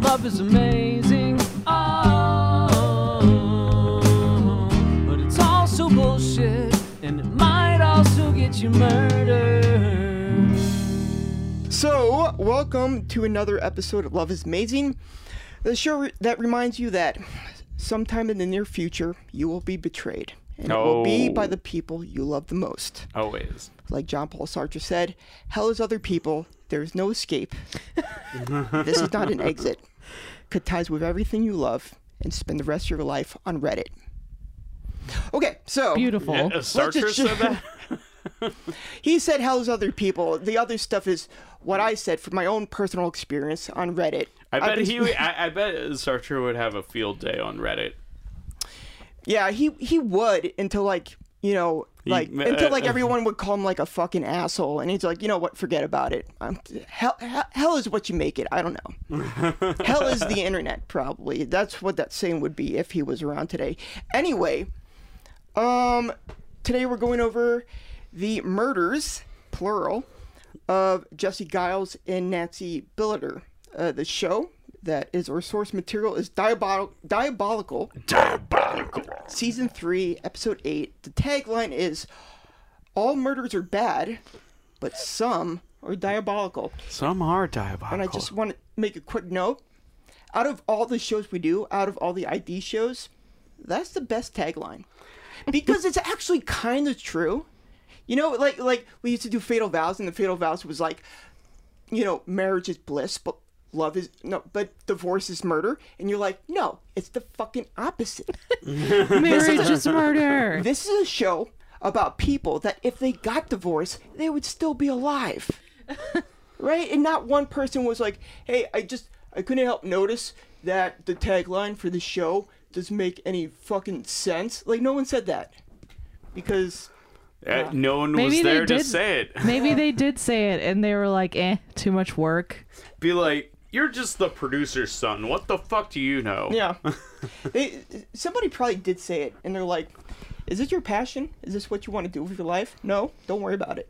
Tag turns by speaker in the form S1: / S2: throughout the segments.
S1: Love is amazing. Oh, but it's also bullshit, and it might also get you murdered.
S2: So, welcome to another episode of Love is Amazing, the show re- that reminds you that sometime in the near future, you will be betrayed. And it will be
S3: No.
S2: by the people you love the most.
S3: Always.
S2: Like John Paul Sartre said, hell is other people. There is no escape. this is not an exit. Cut ties with everything you love and spend the rest of your life on Reddit. Okay, so
S1: Beautiful.
S3: Uh, Sartre
S2: just-
S3: said that?
S2: he said hell is other people. The other stuff is what I said from my own personal experience on Reddit.
S3: I
S2: I've
S3: bet
S2: been-
S3: he. I, I bet Sartre would have a field day on Reddit.
S2: Yeah, he he would until like you know like
S3: ma-
S2: until like
S3: uh, uh.
S2: everyone would call him like a fucking asshole, and he's like, you know what? Forget about it. I'm, hell, hell, hell is what you make it. I don't know. hell is the internet, probably. That's what that saying would be if he was around today. Anyway, um, today we're going over the murders, plural, of Jesse Giles and Nancy Billiter. Uh, the show that is our source material is diabol- diabolical
S3: Diabolical.
S2: season three, episode eight. The tagline is "All murders are bad, but some are diabolical."
S3: Some are diabolical. Uh,
S2: And I just want to make a quick note: out of all the shows we do, out of all the ID shows, that's the best tagline because it's actually kind of true. You know, like like we used to do Fatal Vows, and the Fatal Vows was like, you know, marriage is bliss, but love is no, but divorce is murder. And you're like, no, it's the fucking opposite.
S4: Marriage is murder.
S2: This is a show about people that if they got divorced, they would still be alive. right? And not one person was like, hey, I just, I couldn't help notice that the tagline for the show doesn't make any fucking sense. Like, no one said that. Because,
S3: Uh, no one
S4: Maybe
S3: was
S4: they
S3: there to
S4: did-
S3: say it.
S4: Maybe they did say it and they were like, eh, too much work.
S3: Be like, you're just the producer's son. What the fuck do you know?
S2: yeah. they, somebody probably did say it, and they're like, is this your passion? Is this what you want to do with your life? No, don't worry about it.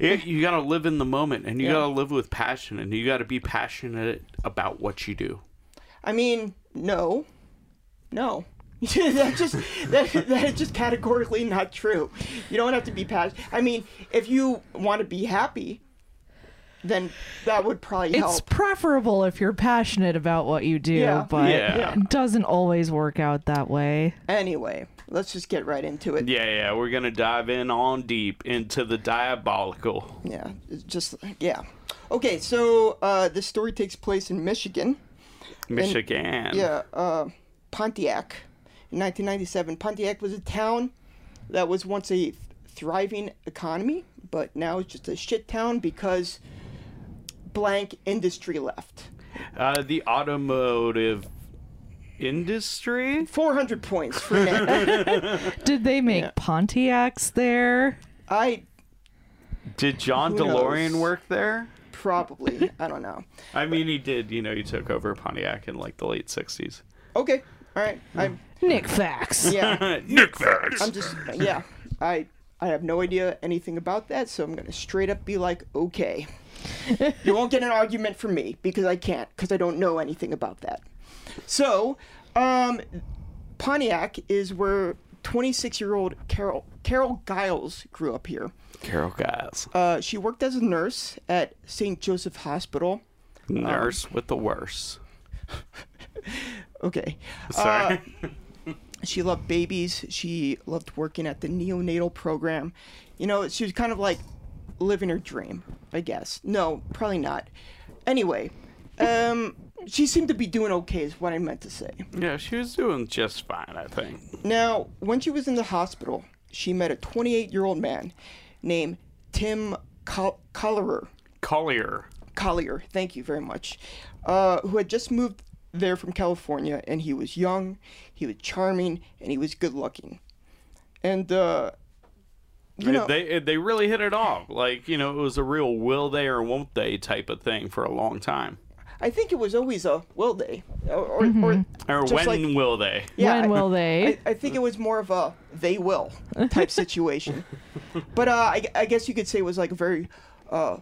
S3: You, you gotta live in the moment, and you gotta live with passion, and you gotta be passionate about what you do.
S2: I mean, no, no. that just that, that is just categorically not true. You don't have to be passionate. I mean, if you want to be happy, then that would probably
S4: It's
S2: help.
S4: preferable if you're passionate about what you do,
S2: Oh. Yeah.
S4: but
S3: Yeah.
S4: it doesn't always work out that way.
S2: Anyway, let's just get right into it.
S3: Yeah, yeah, we're gonna dive in on deep into the diabolical.
S2: Yeah, it's just yeah. Okay, so uh, this story takes place in Michigan.
S3: Michigan.
S2: Yeah, uh, Pontiac. In 1997, Pontiac was a town that was once a thriving economy, but now it's just a shit town because blank industry left.
S3: Uh, the automotive industry?
S2: 400 points for Nick.
S4: Did they make Pontiacs there?
S2: I
S3: Did John
S2: Who knows?
S3: DeLorean work there?
S2: probably, I don't know.
S3: I mean, he did. You know, he took over Pontiac in like the late 60s.
S2: Okay, all right. I'm
S4: Nick Facts.
S2: yeah,
S3: Nick Facts!
S2: I'm just yeah. I I have no idea anything about that, so I'm gonna straight up be like, okay. you won't get an argument from me because I can't because I don't know anything about that. So, um, Pontiac is where 26-year-old Carol Carol Giles grew up here.
S3: Carol Giles.
S2: Uh, she worked as a nurse at St. Joseph Hospital.
S3: Nurse with the worst.
S2: Okay.
S3: Sorry.
S2: She loved babies. She loved working at the neonatal program. You know, she was kind of like living her dream, I guess. No, probably not. Anyway, um, she seemed to be doing okay, is what I meant to say.
S3: yeah, she was doing just fine, I think.
S2: Now, when she was in the hospital, she met a 28 year old man named Tim Col- Collerer.
S3: Collier.
S2: Collier, thank you very much, uh, who had just moved there from California, and he was young, he was charming, and he was good looking. And, uh, you know,
S3: they they really hit it off. Like, you know, it was a real will they or won't they type of thing for a long time.
S2: I think it was always a will they, or, or, or,
S3: Or
S2: Just
S3: when
S2: like-
S3: will they?
S2: yeah,
S4: Mm-hmm. when
S2: I-
S4: will they?
S2: I, I think it was more of a they will type situation. but uh, I, I guess you could say it was like a very uh,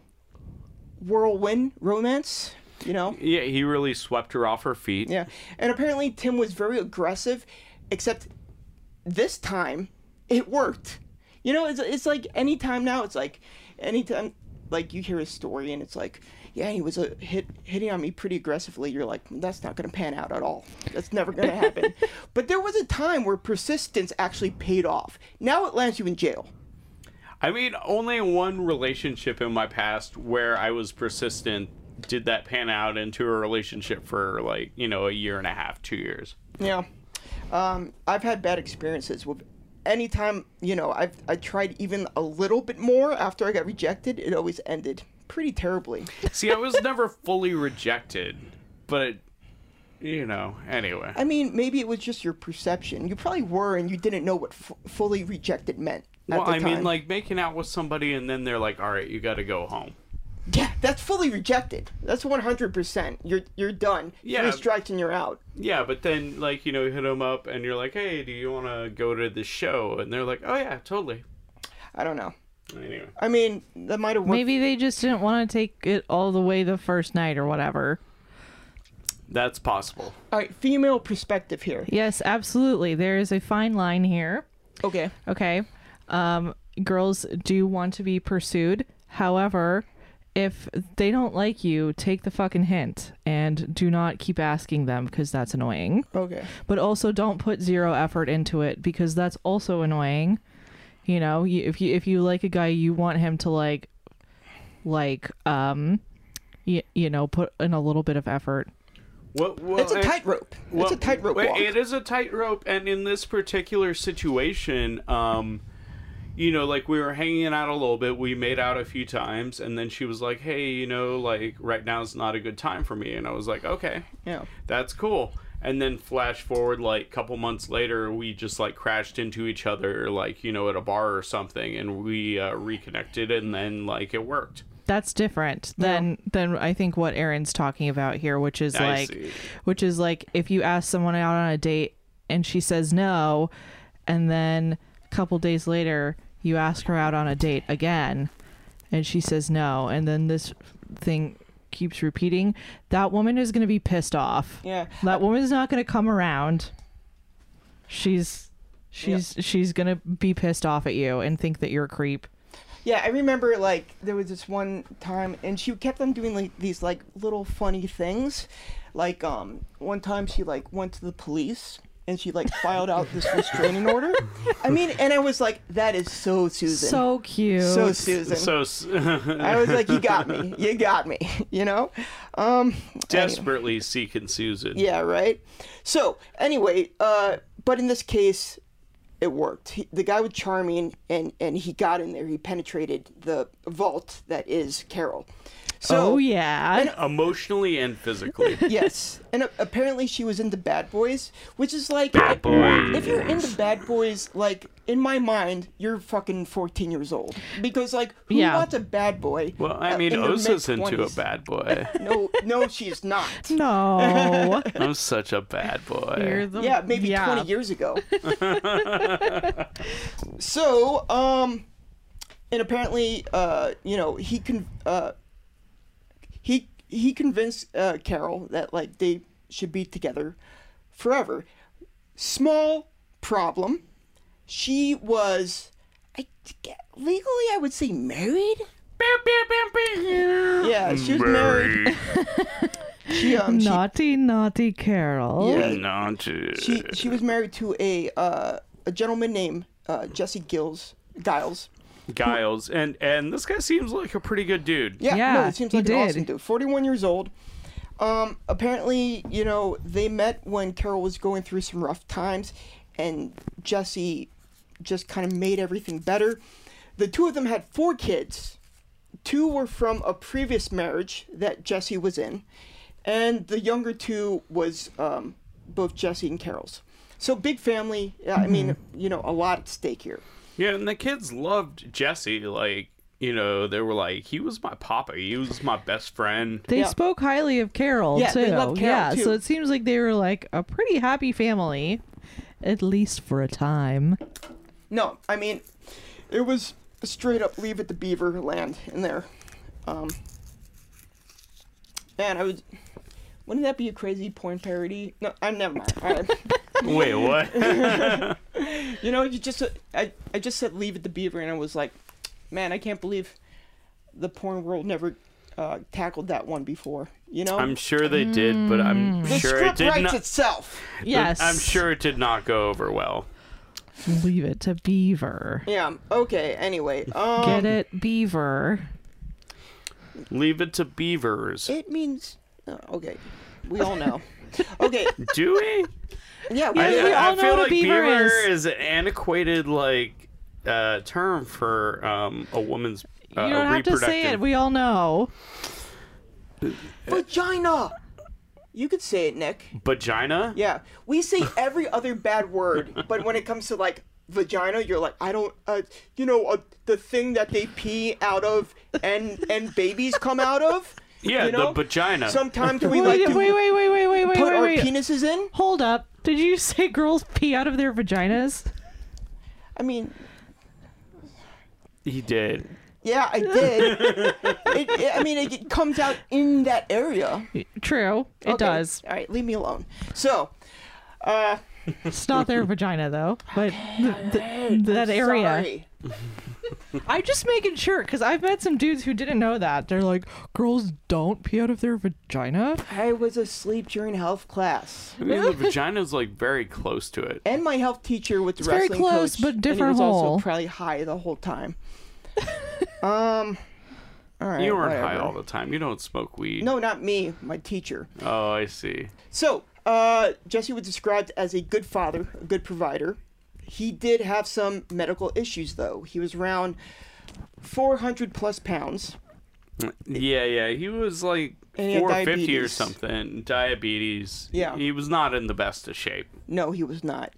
S2: whirlwind romance. you know?
S3: Yeah, he really swept her off her feet.
S2: Yeah. And apparently Tim was very aggressive, except this time it worked. You know, it's, it's like any time now, it's like anytime like you hear a story and it's like, yeah, he was a hit hitting on me pretty aggressively. You're like, that's not going to pan out at all. That's never going to happen. but there was a time where persistence actually paid off. Now it lands you in jail.
S3: I mean, only one relationship in my past where I was persistent did that pan out into a relationship for like, you know, a year and a half, two years.
S2: Yeah. Um, I've had bad experiences with anytime, you know, I've I tried even a little bit more after I got rejected, it always ended pretty terribly.
S3: See, I was never fully rejected, but you know, anyway.
S2: I mean, maybe it was just your perception. You probably were and you didn't know what f- fully rejected meant. At
S3: well,
S2: the
S3: I
S2: time.
S3: mean, like making out with somebody and then they're like, "All right, you got to go home."
S2: yeah, that's fully rejected. That's 100%. You're you're done.
S3: Yeah.
S2: Three strikes and you're out.
S3: Yeah, but then like, you know, you hit them up and you're like, "Hey, do you want to go to the show?" And they're like, "Oh yeah, totally."
S2: I don't know.
S3: Anyway.
S2: I mean, that might have worked.
S4: Maybe they just didn't want to take it all the way the first night or whatever.
S3: That's possible.
S2: All right, female perspective here.
S4: Yes, absolutely. There is a fine line here.
S2: Okay.
S4: Okay. Um, girls do want to be pursued. However, if they don't like you, take the fucking hint and do not keep asking them because that's annoying.
S2: Okay.
S4: But also don't put zero effort into it because that's also annoying. You know, you, if you if you like a guy, you want him to like like um you, you know, put in a little bit of effort.
S3: What well,
S2: It's a
S3: and-
S2: tightrope. It's
S3: well,
S2: a tightrope
S3: it-
S2: walk.
S3: It is a tightrope, and in this particular situation, um, you know, like we were hanging out a little bit, we made out a few times, and then she was like, "Hey, you know, like right now's not a good time for me," and I was like, "Okay,
S2: Yeah.
S3: that's cool." And then flash forward like couple months later, we just like crashed into each other, like you know, at a bar or something, and we uh, reconnected, and then like it worked.
S4: that's different than than I think what Aaron's talking about here, which is
S3: I
S4: like,
S3: see.
S4: which is like if you ask someone out on a date and she says no, and then a couple days later you ask her out on a date again, and she says no, and then this thing keeps repeating. That woman is going to be pissed off.
S2: Yeah.
S4: That woman is not going to come around. She's she's she's going to be pissed off at you and think that you're a creep.
S2: Yeah, I remember like there was this one time, and she kept on doing like these like little funny things. Like um, one time she like went to the police and she like filed out this restraining order. I mean, and I was like, that is so Susan.
S4: So cute.
S2: so Susan.
S3: So s-
S2: I was like, you got me, you got me, you know. Um, anyway.
S3: desperately seeking Susan.
S2: Yeah, right. So anyway, uh, but in this case, it worked. He, the guy was charming, and and he got in there. He penetrated the vault that is Carol. So
S4: oh yeah.
S3: emotionally and physically.
S2: yes, and a- apparently she was into Bad Boys, which is like If you're into Bad Boys, like in my mind, you're fucking 14 years old because like who
S4: Yeah.
S2: wants a bad boy?
S3: Well, I
S2: uh,
S3: mean,
S2: in their
S3: Osa's into a
S2: mid-twenties?
S3: bad boy.
S2: No, no, she's not.
S4: No.
S3: I'm such a bad boy.
S4: Oh,
S2: Yeah, maybe 20 years ago. so, um, and apparently, uh, you know, he con- uh, he he convinced uh, Carol that like they should be together forever. Small problem. She was, I legally, I would say married. Yeah, she was married. She, um, she
S4: Naughty, naughty Carol.
S2: Yeah.
S3: Not to-
S2: she she was married to a uh, a gentleman named uh, Jesse Gills Giles.
S3: Giles, and and this guy seems like a pretty good dude.
S2: Yeah, no,
S4: Yeah,
S2: it seems
S4: he
S2: like an
S4: did.
S2: awesome dude. Forty one years old. Um, apparently, you know, they met when Carol was going through some rough times, and Jesse just kind of made everything better. The two of them had four kids. Two were from a previous marriage that Jesse was in, and the younger two was um, both Jesse and Carol's. So big family. Yeah, I mean,
S4: Mm-hmm.
S2: you know, a lot at stake here.
S3: Yeah, and the kids loved Jesse. Like you know, they were like, he was my papa. He was my best friend.
S4: They
S2: Yeah.
S4: spoke highly of Carol
S2: Yeah,
S4: too.
S2: they love Carol,
S4: yeah,
S2: too.
S4: so it seems like they were like a pretty happy family, at least for a time.
S2: No, I mean, it was straight up leave it to Beaver land in there. Um, Man, I was. Wouldn't that be a crazy porn parody? No, I never mind. All right.
S3: Wait, what?
S2: You know, you just I I just said leave it to Beaver, and I was like, man, I can't believe the porn world never uh, tackled that one before. You know,
S3: I'm sure they did, but I'm
S2: Mm. the
S3: sure it
S2: script
S3: did
S2: writes
S3: not.
S2: itself.
S4: Yes.
S3: I'm sure it did not go over well.
S4: Leave it to Beaver.
S2: Yeah. Okay. Anyway, um,
S4: Get it, Beaver.
S3: Leave it to beavers.
S2: It means oh, okay. We all know. Okay.
S3: Do we?
S2: Yeah. We,
S3: I,
S4: we
S3: I- I
S4: all know
S3: feel
S4: what a
S3: like
S4: beaver is.
S3: an antiquated like uh, term for um, a woman's uh,
S4: you don't have to
S3: reproductive.
S4: say it. We all know.
S2: vagina. You could say it, Nick.
S3: vagina.
S2: Yeah. We say every other bad word, but when it comes to like vagina, you're like, I don't, uh, you know, uh, the thing that they pee out of and and babies come out of.
S3: Yeah,
S2: you know?
S3: the vagina.
S2: Sometimes we
S4: Wait,
S2: like
S4: wait,
S2: to
S4: wait, wait, wait, wait, wait, wait,
S2: put
S4: wait,
S2: our
S4: wait.
S2: penises in.
S4: Hold up. Did you say girls pee out of their vaginas?
S2: I mean,
S3: He did.
S2: yeah, I did. it, it- I mean, it, it comes out in that area. It
S4: True. It does.
S2: All right, leave me alone. So, uh,
S4: It's not their vagina though, but th- th- that area.
S2: sorry.
S4: I'm just making sure because I've met some dudes who didn't know that. They're like, girls don't pee out of their vagina.
S2: I was asleep during health class.
S3: I mean, the vagina's like very close to it.
S2: And my health teacher was
S4: very
S2: wrestling
S4: close,
S2: coach,
S4: but different
S2: and he was
S4: hole.
S2: also probably high the whole time. um, all right.
S3: You weren't high
S2: whatever.
S3: all the time. You don't smoke weed.
S2: No, not me. My teacher.
S3: Oh, I see.
S2: So, uh, Jesse was described as a good father, a good provider. He did have some medical issues, though. He was around 400 plus pounds.
S3: Yeah, yeah. He was like
S2: And he had
S3: 450 or
S2: diabetes.
S3: something. Diabetes.
S2: Yeah.
S3: He was not in the best of shape.
S2: No, he was not.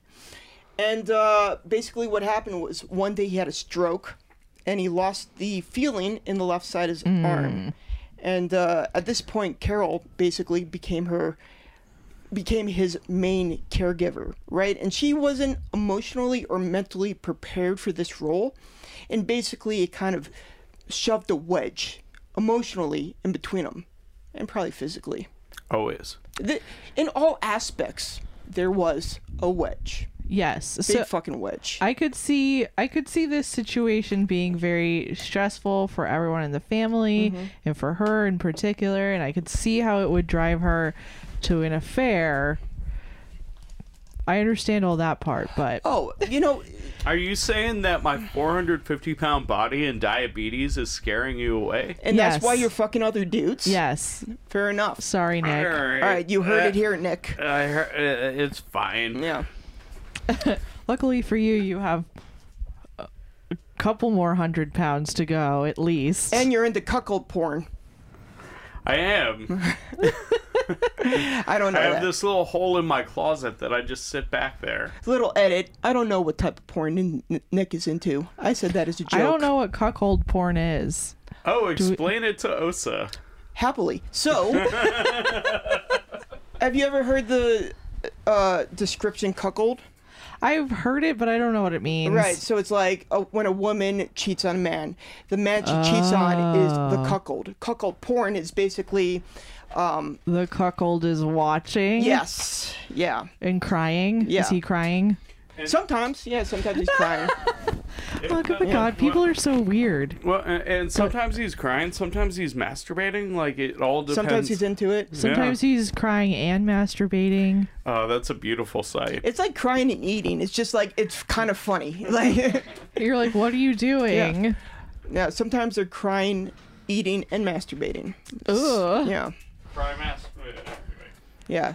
S2: And uh, basically, what happened was one day he had a stroke, and he lost the feeling in the left side of his arm. And uh, at this point, Carol basically became her became his main caregiver, right? And she wasn't emotionally or mentally prepared for this role, and basically, it kind of shoved a wedge emotionally in between them, and probably physically
S3: Always.
S2: the, in all aspects, there was a wedge,
S4: Yes.
S2: big
S4: So
S2: fucking wedge.
S4: I could see I could see this situation being very stressful for everyone in the family
S2: Mm-hmm.
S4: and for her in particular and I could see how it would drive her to an affair. I understand all that part, but
S2: oh, you know,
S3: Are you saying that my 450 pound body and diabetes is scaring you away?
S2: and that's why
S4: Yes.
S2: you're fucking other dudes.
S4: yes.
S2: fair enough.
S4: Sorry, Nick.
S2: All right, you heard it here, Nick.
S3: Uh, I heard, uh, it's fine.
S2: Yeah,
S4: Luckily for you, you have a couple more hundred pounds to go at least.
S2: and you're into cuckold porn.
S3: I am.
S2: I don't know
S3: I have
S2: that.
S3: this little hole in my closet that I just sit back there.
S2: little edit. I don't know what type of porn N- N- Nick is into. I said that as a joke.
S4: I don't know what cuckold porn is.
S3: Oh, explain it to Osa.
S2: Happily, so. have you ever heard the uh, description cuckold?
S4: I've heard it, but I don't know what it means.
S2: Right, so it's like a, when a woman cheats on a man, the man she cheats on is the cuckold. Cuckold porn is basically um,
S4: The cuckold is watching.
S2: yes, yeah.
S4: And crying.
S2: Yeah.
S4: Is he crying?
S2: Sometimes, yeah, sometimes he's crying.
S4: Oh, good God. People are so weird.
S3: Well, and, and sometimes he's crying, sometimes he's masturbating. Like it all depends.
S2: sometimes he's into it.
S3: Yeah.
S4: Sometimes he's crying and masturbating.
S3: Oh, that's a beautiful sight.
S2: It's like crying and eating. It's just like it's kind of funny. Like,
S4: You're like, what are you doing?
S2: yeah, sometimes they're crying, eating, and masturbating.
S4: Ugh.
S2: Yeah,
S3: Cry masturbating.
S2: yeah.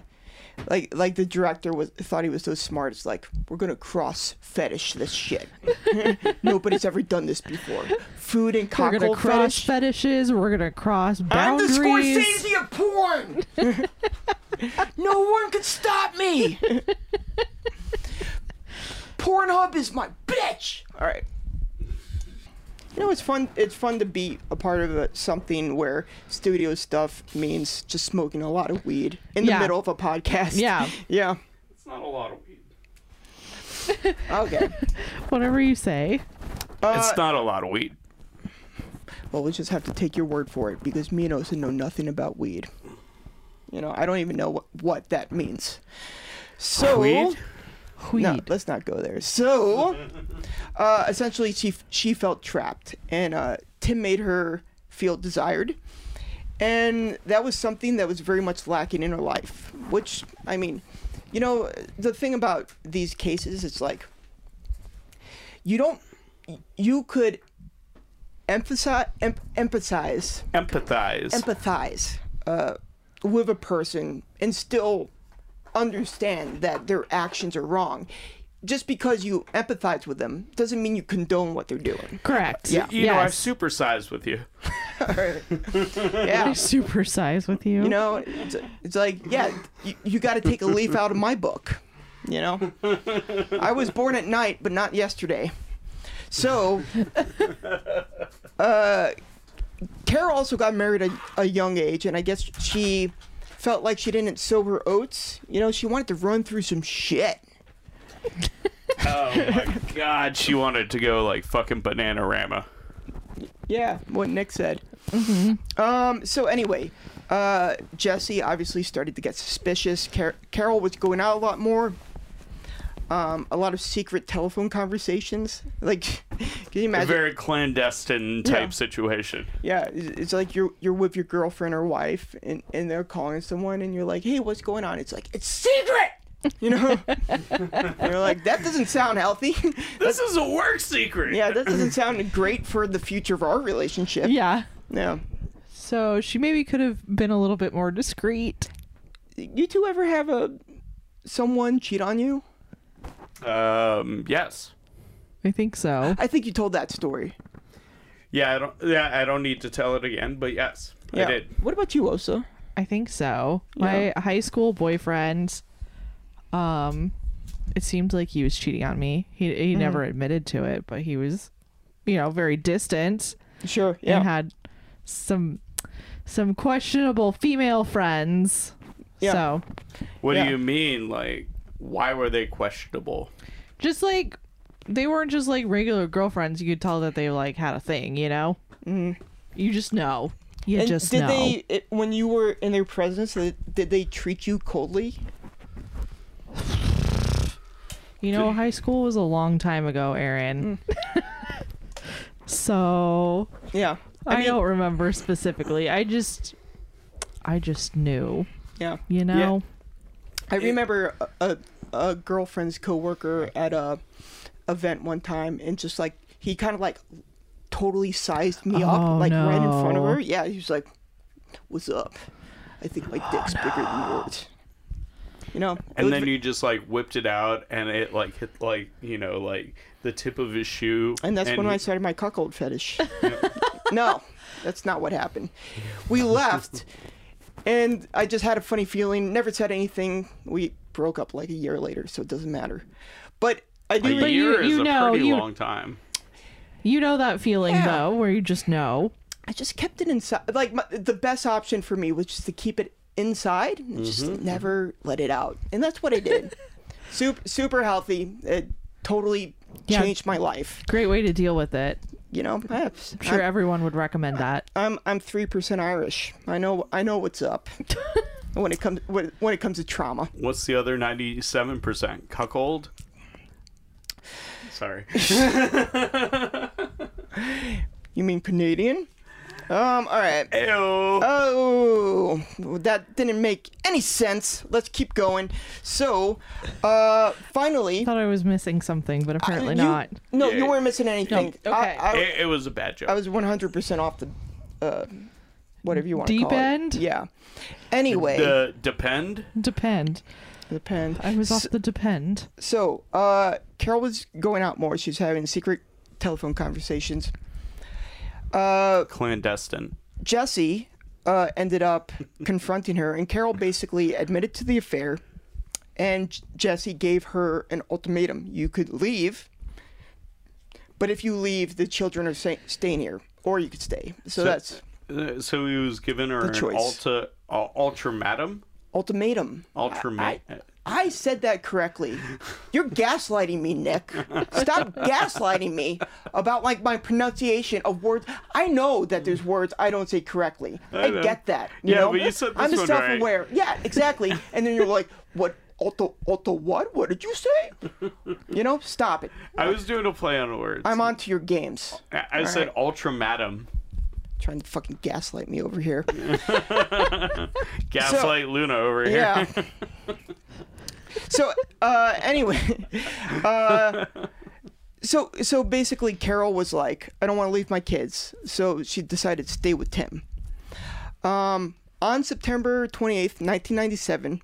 S2: Like, like the director was thought he was so smart. It's like we're gonna cross fetish this shit. Nobody's ever done this before. Food and
S4: We're gonna
S2: cockle
S4: cross
S2: fetish.
S4: fetishes. We're gonna cross boundaries.
S2: of porn. no one can stop me. Pornhub is my bitch. All right. You know, it's fun. It's fun to be a part of a, something where studio stuff means just smoking a lot of weed in
S4: Yeah.
S2: the middle of a podcast.
S4: Yeah.
S2: Yeah.
S3: It's not a lot of weed.
S2: Okay.
S4: Whatever you say.
S2: Uh,
S3: it's not a lot of weed.
S2: well, we just have to take your word for it because me and Osa know nothing about weed. You know, I don't even know what, what that means. So
S3: Weed?
S4: Weed.
S2: no, let's not go there. So, uh, essentially, she she felt trapped, and uh, Tim made her feel desired, and that was something that was very much lacking in her life. Which, I mean, you know, the thing about these cases, it's like you don't you could emphasize em- emphasize
S3: Empathize.
S2: empathize uh, with a person and still understand that their actions are wrong. Just because you empathize with them doesn't mean you condone what they're doing.
S4: Correct.
S2: Yeah.
S3: you know, I've
S4: yes.
S3: supersized with you.
S2: Yeah.
S4: super size with you.
S2: You know, it's, it's like, yeah, you, you got to take a leaf out of my book. You know, I was born at night, but not yesterday. So, uh, Carol also got married at a young age, and I guess she felt like she didn't sow her oats. You know, she wanted to run through some shit.
S3: Oh my god, she wanted to go like fucking Bananarama.
S2: Yeah, what Nick said. Um. So anyway, uh, Jesse obviously started to get suspicious. Car- Carol was going out a lot more. Um, a lot of secret telephone conversations. Like, can you
S3: A
S2: imagine?
S3: very clandestine type
S2: Yeah.
S3: situation.
S2: yeah, it's it's like you're you're with your girlfriend or wife, and and they're calling someone, and you're like, hey, what's going on? It's like it's secret. You know, And you're like that doesn't sound healthy.
S3: This is a work secret.
S2: yeah, that doesn't sound great for the future of our relationship.
S4: yeah.
S2: Yeah.
S4: So she maybe could have been a little bit more discreet.
S2: you two ever have a someone cheat on you?
S3: Um. Yes.
S4: I think so.
S2: I think you told that story.
S3: Yeah. I don't. Yeah. I don't need to tell it again. But yes, I did.
S2: What about you, Osa?
S4: I think so.
S2: Yeah.
S4: My high school boyfriend, um, it seemed like he was cheating on me. He
S2: Mm.
S4: he never admitted to it, but he was, you know, very distant
S2: Sure.
S4: and had some some questionable female friends.
S2: Yeah.
S4: So
S3: What
S2: Yeah.
S3: do you mean? Like, why were they questionable?
S4: just like they weren't just like regular girlfriends. You could tell that they like had a thing. You know. Mm. You just know. You
S2: Mm-hmm. and
S4: just
S2: did
S4: know.
S2: they it, when you were in their presence? Did, did they treat you coldly?
S4: You know, high school was a long time ago, Aaron. so
S2: Yeah.
S4: I,
S2: Mm. mean,
S4: don't remember specifically. I just, I just knew.
S2: Yeah.
S4: You know,
S2: I remember a, a, a girlfriend's coworker at a event one time, and just like he kind of like totally sized me
S4: Oh,
S2: up, like right in front of
S4: no.
S2: her. Yeah. He was like, "What's up? I think my dick's bigger than yours." You know. it
S3: And
S2: was
S3: then
S2: ve-
S3: you just like whipped it out, and it like hit like you know like the tip of his shoe.
S2: And that's when I started my cuckold fetish. no, that's not what happened. We left, and I just had a funny feeling. Never said anything. We broke up like a year later, so it doesn't matter. But I
S3: A
S2: do.
S4: But you-
S3: year is
S4: you
S3: a
S4: know,
S3: pretty
S4: you-
S3: long time.
S4: you know that feeling
S2: Yeah.
S4: though, where you just know.
S2: I just kept it inside. Like my, the best option for me was just to keep it inside, and just
S3: Mm-hmm.
S2: never let it out, and that's what I did. super, super healthy. It totally
S4: Yeah.
S2: changed my life.
S4: Great way to deal with it.
S2: You know, I'm
S4: I'm sure everyone would recommend that.
S2: I'm I'm three percent Irish. I know I know what's up when it comes when, when it comes to trauma.
S3: What's the other ninety-seven percent? Cuckold. Sorry.
S2: You mean Canadian? Um. All right.
S3: Ew.
S2: Oh, that didn't make any sense. Let's keep going. So, uh, finally,
S4: Thought I was missing something, but apparently
S2: you-
S4: not.
S2: No,
S3: Yeah.
S2: you weren't missing anything.
S4: No,
S2: I-
S4: okay.
S2: I,
S3: it, it was a bad joke.
S2: I was 100% off the, uh, whatever you want to
S4: Deep
S2: call it.
S4: end?
S2: Yeah. Anyway,
S3: the depend.
S4: Depend.
S2: depend.
S4: I was off the depend.
S2: So, uh, Carol was going out more. She was having secret telephone conversations. Uh,
S3: Clandestine.
S2: Jesse uh, ended up confronting her, and Carol basically admitted to the affair. And J- Jesse gave her an ultimatum: you could leave, but if you leave, the children are sa- staying here, or you could stay. So, that's
S3: Uh, So he was given her an
S2: choice.
S3: ultra, uh, ultimatum.
S2: ultimatum.
S3: Ultramat.
S2: I said that correctly. You're gaslighting me, Nick. Stop gaslighting me about like my pronunciation of words. I know that there's words I don't say correctly. I,
S3: know.
S2: get that. you
S3: Yeah,
S2: know?
S3: but you said
S2: I'm
S3: this one right.
S2: self-aware. Yeah, exactly. And then you're like, what? Otto, Otto, what? What did you say? You know, stop it.
S3: I was doing a play on words.
S2: I'm on to your games.
S3: I, I said ultramatum.
S2: Trying to fucking gaslight me over here.
S3: Gaslight Luna over here.
S2: Yeah. so uh, anyway, uh, so so basically, Carol was like, "I don't want to leave my kids," so she decided to stay with Tim. Um, on September twenty eighth, nineteen ninety seven,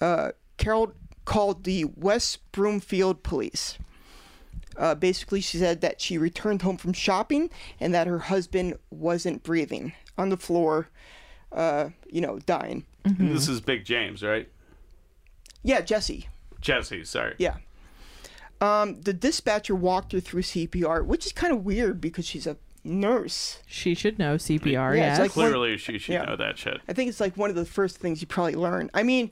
S2: uh, Carol called the West Broomfield police. Uh, basically, she said that she returned home from shopping and that her husband wasn't breathing on the floor, uh, you know, dying.
S3: This is Big James, right?
S2: Yeah, Jesse.
S3: Jesse, sorry.
S2: Yeah. Um, the dispatcher walked her through CPR, which is kind of weird because she's a nurse.
S4: She should know CPR.
S2: Yeah, it's
S4: yes.
S2: like-
S3: Clearly, she should
S2: Yeah.
S3: know that shit.
S2: I think it's like one of the first things you probably learn. I mean,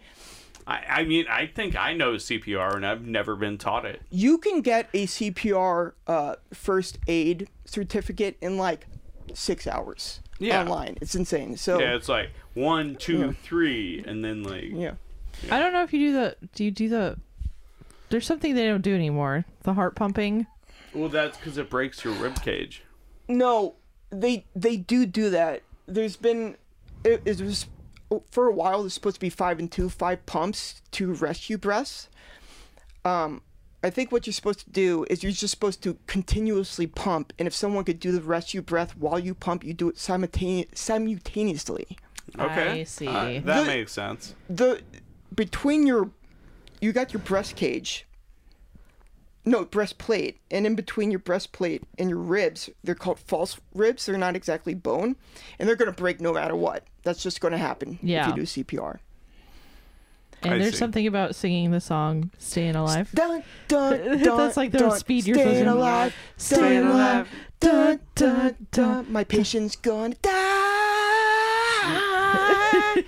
S3: I, I mean, I think I know CPR, and I've never been taught it.
S2: you can get a CPR uh, first aid certificate in like six hours
S3: Yeah.
S2: online. It's insane. So
S3: Yeah, it's like one, two, three, and then like
S2: yeah.
S4: I don't know if you do the. Do you do the? There's something they don't do anymore. The heart pumping.
S3: Well, that's because it breaks your rib cage.
S2: No, they they do do that. There's been it, it was for a while. There's supposed to be five and two, five pumps, two rescue breaths. Um, I think what you're supposed to do is you're just supposed to continuously pump, and if someone could do the rescue breath while you pump, you do it simultane- simultaneously.
S3: Okay,
S4: I see.
S3: Uh, that
S2: The-
S3: makes sense.
S2: The between your you got your breast cage. No, breastplate. And in between your breastplate and your ribs, they're called false ribs. They're not exactly bone. And they're going to break no matter what. That's just going to happen
S4: Yeah.
S2: if you do CPR.
S4: and
S3: I
S4: there's
S3: see.
S4: something about singing the song "Staying Alive."
S2: Dun, dun, dun.
S4: That's like the
S2: dun,
S4: speed you're supposed
S2: staying
S4: to-
S2: alive,
S4: Staying
S2: staying alive. Dun, dun,
S4: dun.
S2: dun. My patient's going to die. I,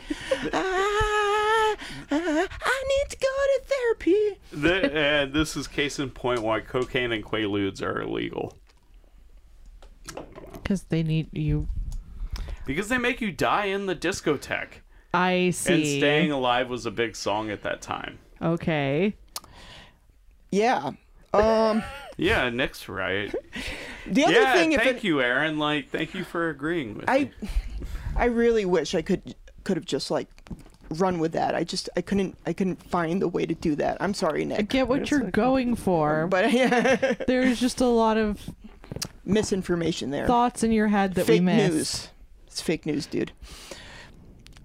S2: I, ah, I need to go to therapy.
S3: The, uh, this is case in point why cocaine and quaaludes are illegal
S4: Because they need you.
S3: because they make you die in the discotheque.
S4: I see.
S3: And staying alive was a big song at that time.
S4: Okay.
S2: Yeah. Um.
S3: Yeah, Nick's right.
S2: The other
S3: yeah,
S2: thing, if
S3: thank
S2: it,
S3: you, Aaron. Like, thank you for agreeing with me.
S2: I, I really wish I could could have just like run with that. I just I couldn't I couldn't find the way to do that. I'm sorry, Nick.
S4: Get what you're going for. But
S2: But yeah,
S4: there's just a lot of
S2: misinformation there.
S4: thoughts in your head that we
S2: fake
S4: missed.
S2: news. It's fake news, dude.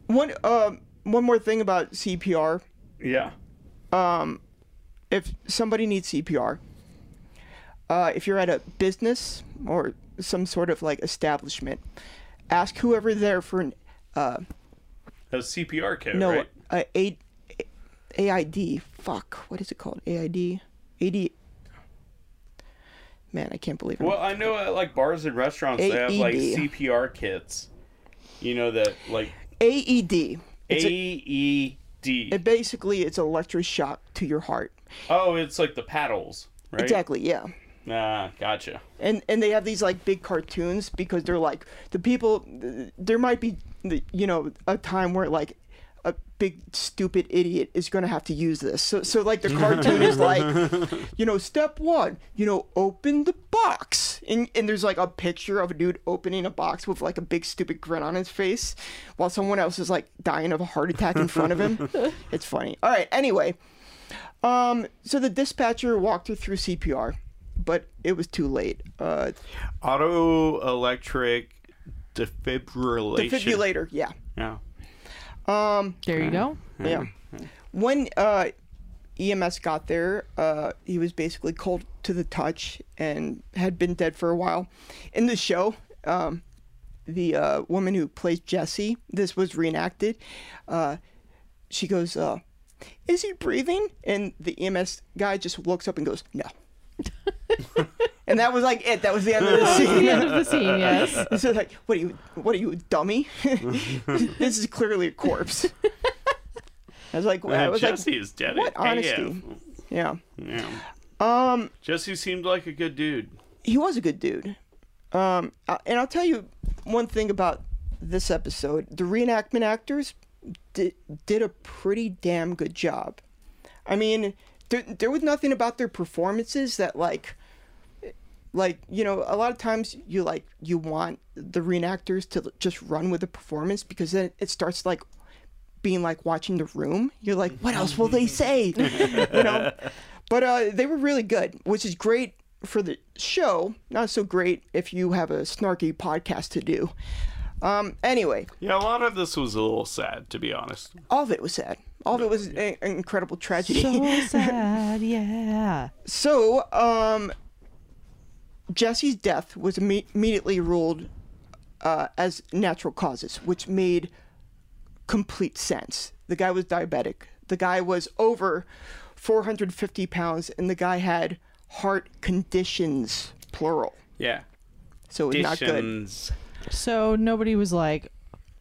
S2: One um one more thing about CPR.
S3: Yeah.
S2: If somebody needs CPR, uh, if you're at a business or some sort of like establishment, ask whoever there for an
S3: A CPR kit,
S2: No,
S3: right?
S2: uh, A- AID. Fuck. What is it called? AID? AD. Man, I can't believe it.
S3: Well, I know at like bars and restaurants they have like
S2: AED.
S3: CPR kits. You know that like
S2: AED. E It's
S3: E
S2: a-
S3: AED.
S2: it basically, it's electroshock to your heart.
S3: oh, it's like the paddles, right?
S2: Exactly. Yeah.
S3: Ah, gotcha.
S2: And and they have these like big cartoons because they're like the people. th- There might be the- you know a time where like a big stupid idiot is going to have to use this. So so like the cartoon is like you know, step one, you know, open the box. And, and there's like a picture of a dude opening a box with like a big stupid grin on his face while someone else is like dying of a heart attack in front of him. it's funny. All right, anyway. Um, so the dispatcher walked her through CPR, but it was too late. Uh,
S3: Auto electric defibrillation.
S2: defibrillator, yeah.
S3: Yeah.
S4: There you go.
S2: Yeah. When uh, EMS got there, uh, he was basically cold to the touch and had been dead for a while. In the show, um, the uh, woman who plays Jesse, this was reenacted. Uh, she goes, uh, "Is he breathing?" And the EMS guy just looks up and goes, "No." and that was like it. That was the end of the scene.
S4: the end of the scene. Yes.
S2: This is like, what are you? What are you, a dummy? this is clearly a corpse. I was like, I
S3: Uh,
S2: was
S3: Jesse
S2: like,
S3: is dead.
S2: what honesty? yeah.
S3: Yeah.
S2: Um,
S3: Jesse seemed like a good dude.
S2: he was a good dude. Um, I- and I'll tell you one thing about this episode: the reenactment actors did, did a pretty damn good job. I mean, there, there was nothing about their performances that like, like you know, a lot of times you like you want the reenactors to just run with the performance because then it starts like being like watching the room. You're like, what else will they say? you know. But uh, they were really good, which is great for the show. Not so great if you have a snarky podcast to do. Um, anyway,
S3: Yeah, a lot of this was a little sad, to be honest.
S2: all of it was sad. All of it was a- an incredible tragedy.
S4: So sad, yeah.
S2: So, um, Jesse's death was imme- immediately ruled uh, as natural causes, which made complete sense. The guy was diabetic. The guy was over 450 pounds, and the guy had heart conditions, plural.
S3: Yeah.
S2: So it was not good.
S3: Additions.
S4: So nobody was like,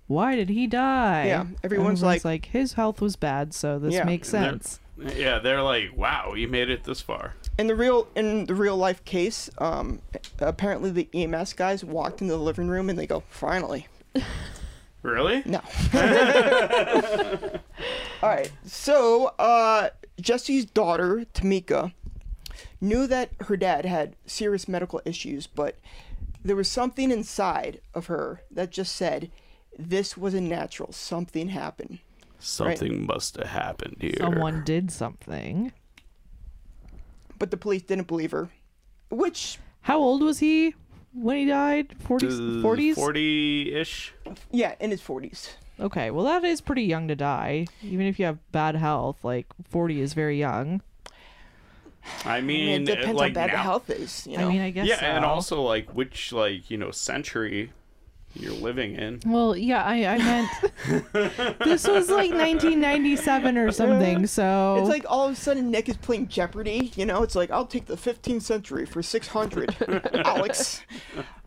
S4: "Why did he die?"
S2: Yeah, everyone's like-
S4: "His health was bad, so this
S2: Yeah.
S4: makes sense."
S3: Yeah, they're like, wow, you made it this far.
S2: In the real in the real life case, um, apparently the EMS guys walked into the living room and they go, "Finally,
S3: Really?
S2: No. All right. So, uh, Jesse's daughter, Tamika, knew that her dad had serious medical issues, but there was something inside of her that just said, this wasn't natural. Something happened.
S3: Something must have happened here.
S4: Someone did something.
S2: But the police didn't believe her, which,
S4: How old was he when he died?
S3: Uh,
S4: 40s? 40s?
S3: 40 ish.
S2: yeah, in his 40s.
S4: Okay, well that is pretty young to die. Even if you have bad health, like 40 is very young.
S3: I
S2: I
S3: mean,
S2: mean, it depends
S3: like
S2: on bad
S3: now-
S2: the health is, you know.
S4: I mean, I guess
S3: Yeah, and
S4: so.
S3: also, like, which, like, you know, century you're living in.
S4: Well, yeah, I, I meant this was like 1997 or something. So
S2: It's like all of a sudden Nick is playing Jeopardy. You know, it's like I'll take the 15th century for 600, Alex.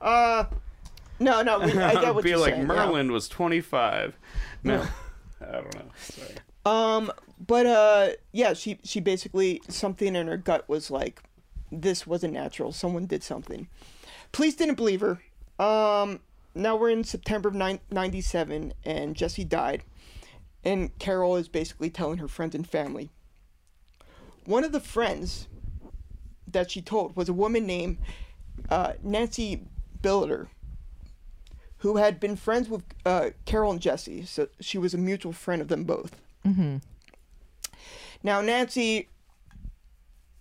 S2: Uh, no, no, we, I get what
S3: Be
S2: you're
S3: like
S2: saying. yeah.
S3: Merlin was 25. No. I don't know. Sorry.
S2: Um, but uh, yeah, she she basically something in her gut was like, this wasn't natural. Someone did something. Police didn't believe her. Um, now we're in September of nine- 97, and Jesse died. And Carol is basically telling her friends and family. One of the friends that she told was a woman named uh, Nancy Billiter, who had been friends with uh, Carol and Jesse. So she was a mutual friend of them both. Now, Nancy,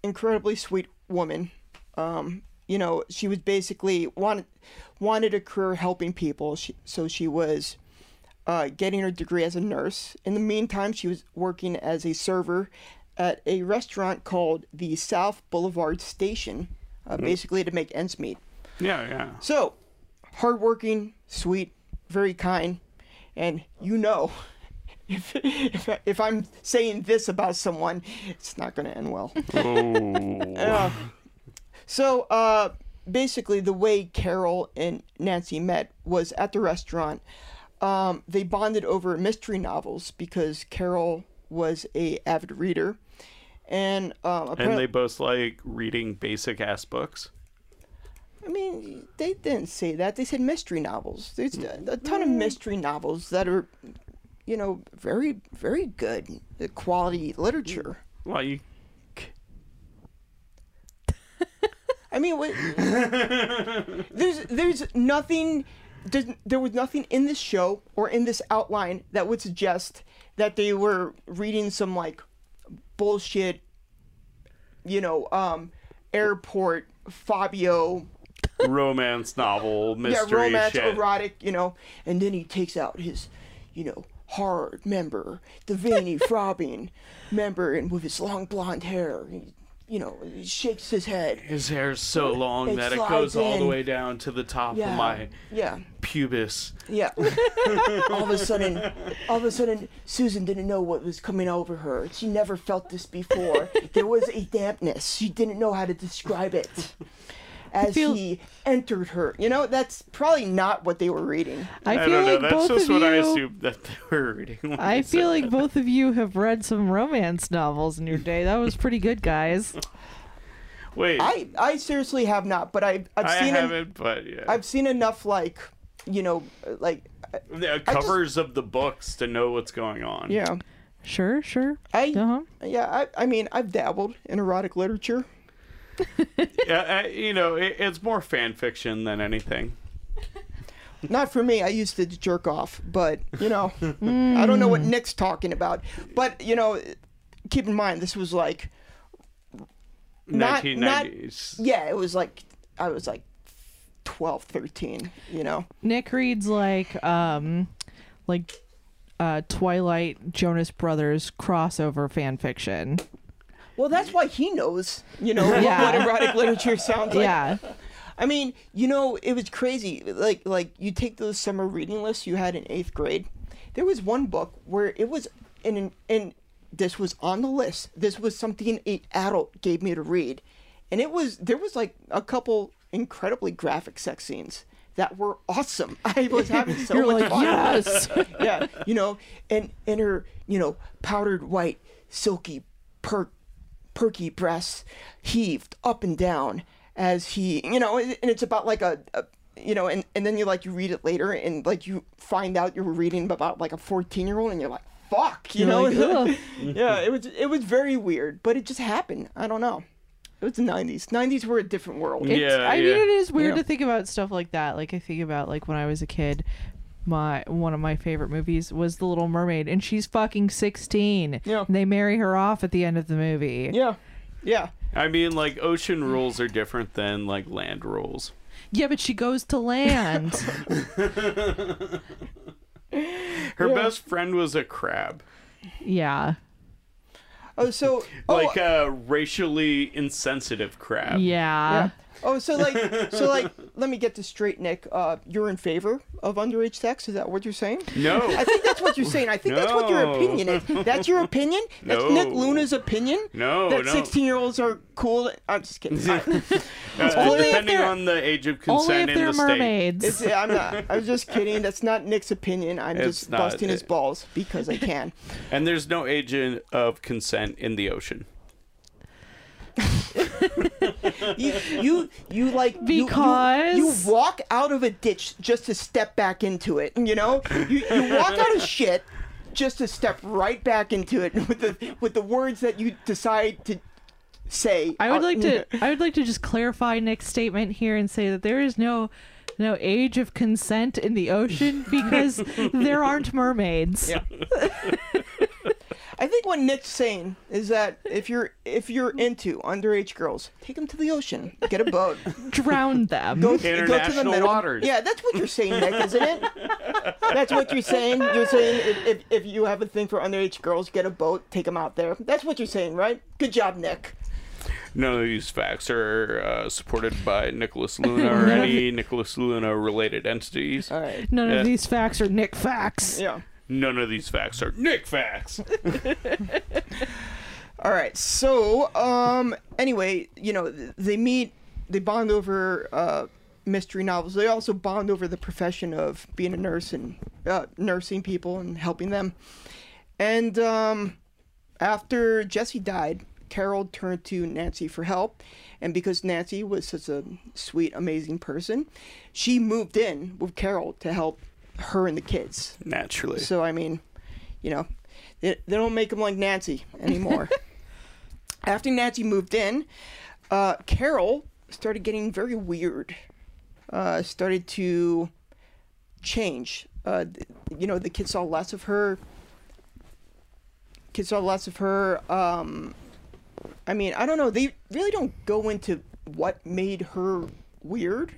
S2: incredibly sweet woman. Um, you know, she was basically wanted wanted a career helping people. She, so she was uh, getting her degree as a nurse. In the meantime, she was working as a server at a restaurant called the South Boulevard Station, uh, basically to make ends meet.
S3: Yeah, yeah.
S2: So, hardworking, sweet, very kind, and you know, if, if, if I'm saying this about someone, it's not going to end well. Uh, so, uh, basically, the way Carol and Nancy met was at the restaurant. Um, they bonded over mystery novels because Carol was a avid reader, and um,
S3: And they
S2: apparently,
S3: both like reading basic ass books.
S2: I mean, they didn't say that. They said mystery novels. There's a a ton of mystery novels that are, you know, very, very good uh, quality literature.
S3: Like,
S2: I mean, what, there's there's nothing. There's, there was nothing in this show or in this outline that would suggest that they were reading some like bullshit, you know, um, airport Fabio
S3: romance novel, mystery
S2: yeah, romance,
S3: shit.
S2: erotic, you know. And then he takes out his, you know, hard member, the veiny, throbbing member, and with his long blonde hair, he, you know, he shakes his head.
S3: His hair's so long
S2: It
S3: that it
S2: slides
S3: goes all the
S2: in.
S3: way down to the top
S2: Yeah,
S3: of my
S2: yeah,
S3: pubis.
S2: yeah. all of a sudden, all of a sudden, Susan didn't know what was coming over her. She never felt this before. There was a dampness. She didn't know how to describe it. as
S4: feel-
S2: he entered her. You know, that's probably not what they were reading.
S4: I
S3: I
S4: feel
S3: don't know.
S4: like
S3: That's
S4: both
S3: just
S4: of
S3: what I
S4: you-
S3: assumed that they were reading. when
S4: I
S3: they said
S4: feel like
S3: that.
S4: both of you have read some romance novels in your day. That was pretty good, guys.
S3: Wait, I,
S2: I I seriously have not, but I I've seen en-
S3: haven't, but yeah.
S2: I've seen enough like, you know, like
S3: the covers of the books to know what's going on.
S2: yeah.
S4: Sure, sure.
S2: I
S4: Uh-huh.
S2: yeah, I I mean, I've dabbled in erotic literature.
S3: yeah I, you know, it, it's more fan fiction than anything.
S2: Not for me. I used to jerk off, but you know, I don't know what Nick's talking about. But you know, keep in mind this was like Not- not-
S3: 1990s.
S2: yeah, it was like I was like 12, 13, You know,
S4: Nick reads like um like uh Twilight Jonas Brothers crossover fan fiction.
S2: well that's why he knows. You know
S4: Yeah.
S2: what erotic literature sounds like.
S4: yeah.
S2: I mean, you know, it was crazy. Like like you take those summer reading lists you had in eighth grade. There was one book where it was in an and this was on the list. This was something an adult gave me to read. And it was there was like a couple incredibly graphic sex scenes that were awesome. I was having so
S4: You're
S2: much
S4: like,
S2: fun
S4: yes.
S2: yeah, you know, and and her, you know, powdered white, silky, per- perky breasts heaved up and down as he, you know, and, and it's about like a, a you know, and, and then you like you read it later and like you find out you were reading about like a fourteen year old and you're like, fuck, you
S4: You're
S2: know,
S4: like,
S2: yeah, it was it was very weird, but it just happened. I don't know. It was the '90s. '90s were a different world.
S3: Yeah.
S4: It's- I mean, it is weird to
S2: Yeah.
S4: think about stuff like that. Like I think about like when I was a kid, my one of my favorite movies was The Little Mermaid, and she's fucking sixteen.
S2: Yeah.
S4: And they marry her off at the end of the movie.
S2: yeah, yeah.
S3: I mean, like ocean rules are different than like land rules.
S4: Yeah, but she goes to land.
S3: Her best friend was a crab,
S4: yeah.
S2: Oh, so oh,
S3: like a racially insensitive crab.
S4: Yeah.
S2: Oh, so like, so like, let me get this straight, Nick. Uh, you're in favor of underage sex? Is that what you're saying? I
S3: No,
S2: think that's what you're saying. I think that's what your
S3: No.
S2: opinion is. That's your opinion. That's Nick
S3: No.
S2: Luna's opinion.
S3: No,
S2: that
S3: no.
S2: 16 year olds are cool. I'm just kidding. I,
S3: uh,
S4: only if
S3: depending
S4: they're-
S3: on the age of
S4: Only
S3: consent
S4: if
S3: in
S4: they're
S3: the state.
S4: mermaids.
S2: it's, I'm not. I was just kidding. That's not Nick's opinion. I'm
S3: It's
S2: just
S3: not.
S2: busting his balls because I can.
S3: And there's no age in- of consent in the ocean.
S2: You, you, you like you- you-
S4: Because-
S2: you, walk out of a ditch just to step back into it. You know, you, you walk out of shit just to step right back into it with the with the words that you decide to say.
S4: I would
S2: Uh,
S4: like to I would like to just clarify Nick's statement here and say that there is no no age of consent in the ocean because there aren't mermaids.
S2: Yeah. I think what Nick's saying is that if you're if you're into underage girls, take them to the ocean, get a boat,
S4: Drown them.
S2: go, go to the
S3: International
S2: middle.
S3: waters.
S2: Yeah, that's what you're saying, Nick, isn't it? That's what you're saying. You're saying if, if, if you have a thing for underage girls, get a boat, take them out there. That's what you're saying, right? Good job, Nick.
S3: None of these facts are uh, supported by Nicholas Luna or any Nicholas Luna related entities.
S2: All right.
S4: None
S3: Yeah.
S4: of these facts are Nick facts.
S2: Yeah.
S3: None of these facts are Nick facts.
S2: All right. So, um, anyway, you know, th- they meet, they bond over uh, mystery novels. They also bond over the profession of being a nurse and uh, nursing people and helping them. And um, after Jesse died, Carol turned to Nancy for help. And because Nancy was such a sweet, amazing person, she moved in with Carol to help her and the kids.
S3: Naturally.
S2: So I mean, you know, they, they don't make them like Nancy anymore. After Nancy moved in, uh, Carol started getting very weird. Uh, started to change. Uh, th- you know, the kids saw less of her. Kids saw less of her. Um, I mean, I don't know. They really don't go into what made her weird.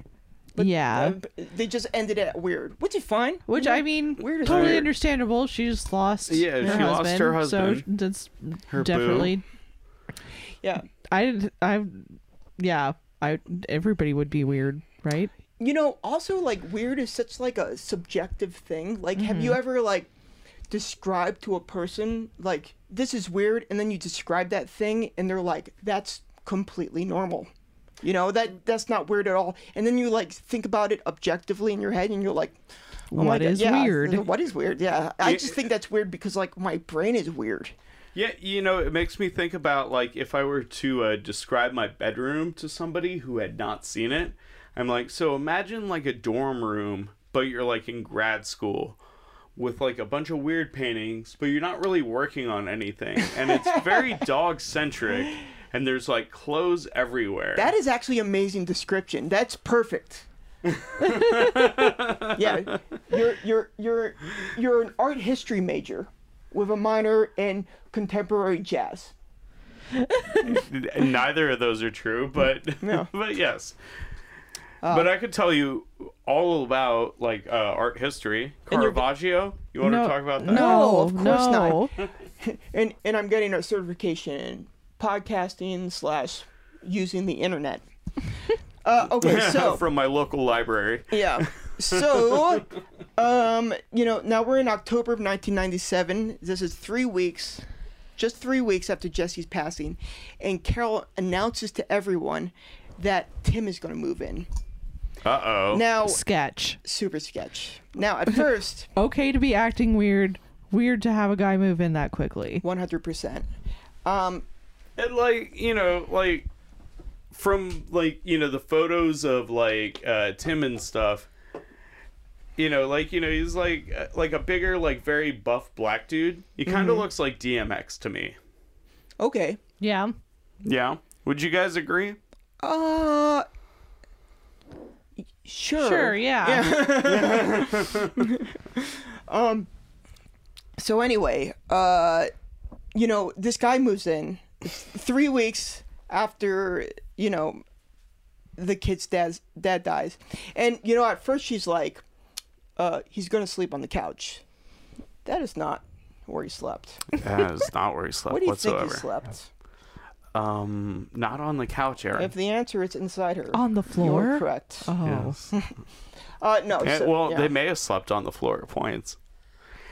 S4: yeah.
S2: Uh, they just ended it at weird, which is fine.
S4: Which
S2: you know?
S4: I mean,
S2: weird as
S4: totally
S3: weird.
S4: understandable. She just lost.
S3: Yeah,
S4: her
S3: she lost
S4: husband,
S3: her husband.
S4: So that's
S3: Her
S4: definitely.
S2: yeah.
S4: I didn't. I. Yeah. I. Everybody would be weird, right?
S2: you know also like weird is such like a subjective thing like have
S4: Mm-hmm.
S2: you ever like described to a person like this is weird and then you describe that thing and they're like that's completely normal You know that that's not weird at all. And then you like think about it objectively in your head, and you're like, oh my
S4: What
S2: God,
S4: is
S2: yeah,
S4: weird?
S2: What is weird? Yeah, I
S3: Yeah.
S2: just think that's weird because like my brain is weird.
S3: Yeah, you know, it makes me think about like if I were to uh, describe my bedroom to somebody who had not seen it, I'm like, so imagine like a dorm room, but you're like in grad school with like a bunch of weird paintings, but you're not really working on anything, and it's very dog centric, and there's like clothes everywhere.
S2: That is actually amazing description. That's perfect. yeah, you're you're you're you're an art history major with a minor in contemporary jazz.
S3: Neither of those are true, but
S2: No.
S3: but yes. but I could tell you all about like uh, art history. Caravaggio. You want
S4: No,
S3: to talk about that?
S4: No,
S2: No, of course
S4: no.
S2: And and I'm getting a certification in podcasting slash using the internet. Uh, okay, so
S3: from my local library.
S2: Yeah. So, um, you know, now we're in October of 1997. This is three weeks, just three weeks after Jesse's passing, and Carol announces to everyone that Tim is going to move in.
S3: Uh oh.
S2: Now,
S4: Sketch.
S2: super sketch. Now, at first,
S4: Okay to be acting weird. Weird to have a guy move in that quickly.
S2: 100%. Um,
S3: and like you know, like from like you know the photos of like uh, Tim and stuff. You know, like you know, he's like uh, like a bigger, like very buff black dude. He kind of looks like DMX to me.
S2: okay.
S4: Yeah.
S3: Yeah. Would you guys agree?
S2: Uh, sure.
S4: Sure, yeah.
S2: So anyway, uh, you know, this guy moves in three weeks after you know the kid's dad's dad dies, and you know at first she's like, uh, he's gonna sleep on the couch. That is not where he slept.
S3: That is not where he slept
S2: What do you
S3: whatsoever.
S2: think he slept?
S3: Um, not on the couch, Aaron.
S2: If the answer is inside her,
S4: On the
S2: you're
S4: floor.
S2: correct.
S4: Oh,
S3: Yes.
S2: Uh, no.
S3: Eh,
S2: so-
S3: well,
S2: yeah,
S3: they may have slept on the floor at points.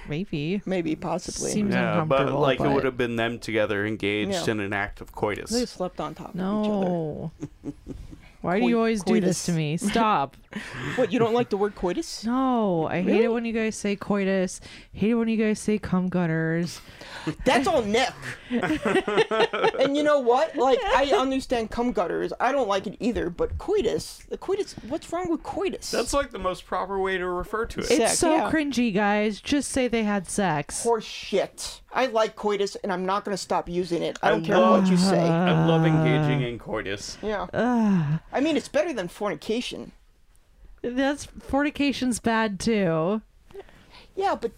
S4: maybe.
S2: maybe possibly.
S4: Seems
S3: Yeah, but
S4: uncomfortable.
S3: like it would have been them together engaged
S2: Yeah.
S3: in an act of coitus.
S2: they slept on top of each other.
S4: No. Why do
S2: Coi-
S4: you always do this
S2: coitus.
S4: to me? Stop.
S2: What? You don't like the word coitus?
S4: No, I hate it when you guys say coitus. Hate it when you guys say cum gutters.
S2: That's all Nick. and you know what? Like, I understand cum gutters. I don't like it either. But coitus, the coitus. What's wrong with coitus?
S3: That's like the most proper way to refer to
S2: It-
S3: it.
S4: It's
S2: Sex,
S4: so
S2: yeah.
S4: cringy, guys. Just say they had sex.
S2: horse shit. I like coitus, and I'm not gonna stop using it. I don't
S3: I
S2: care what you say.
S3: I love engaging in coitus.
S2: Yeah. I mean, it's better than fornication.
S4: That's fornication's bad too.
S2: Yeah, but.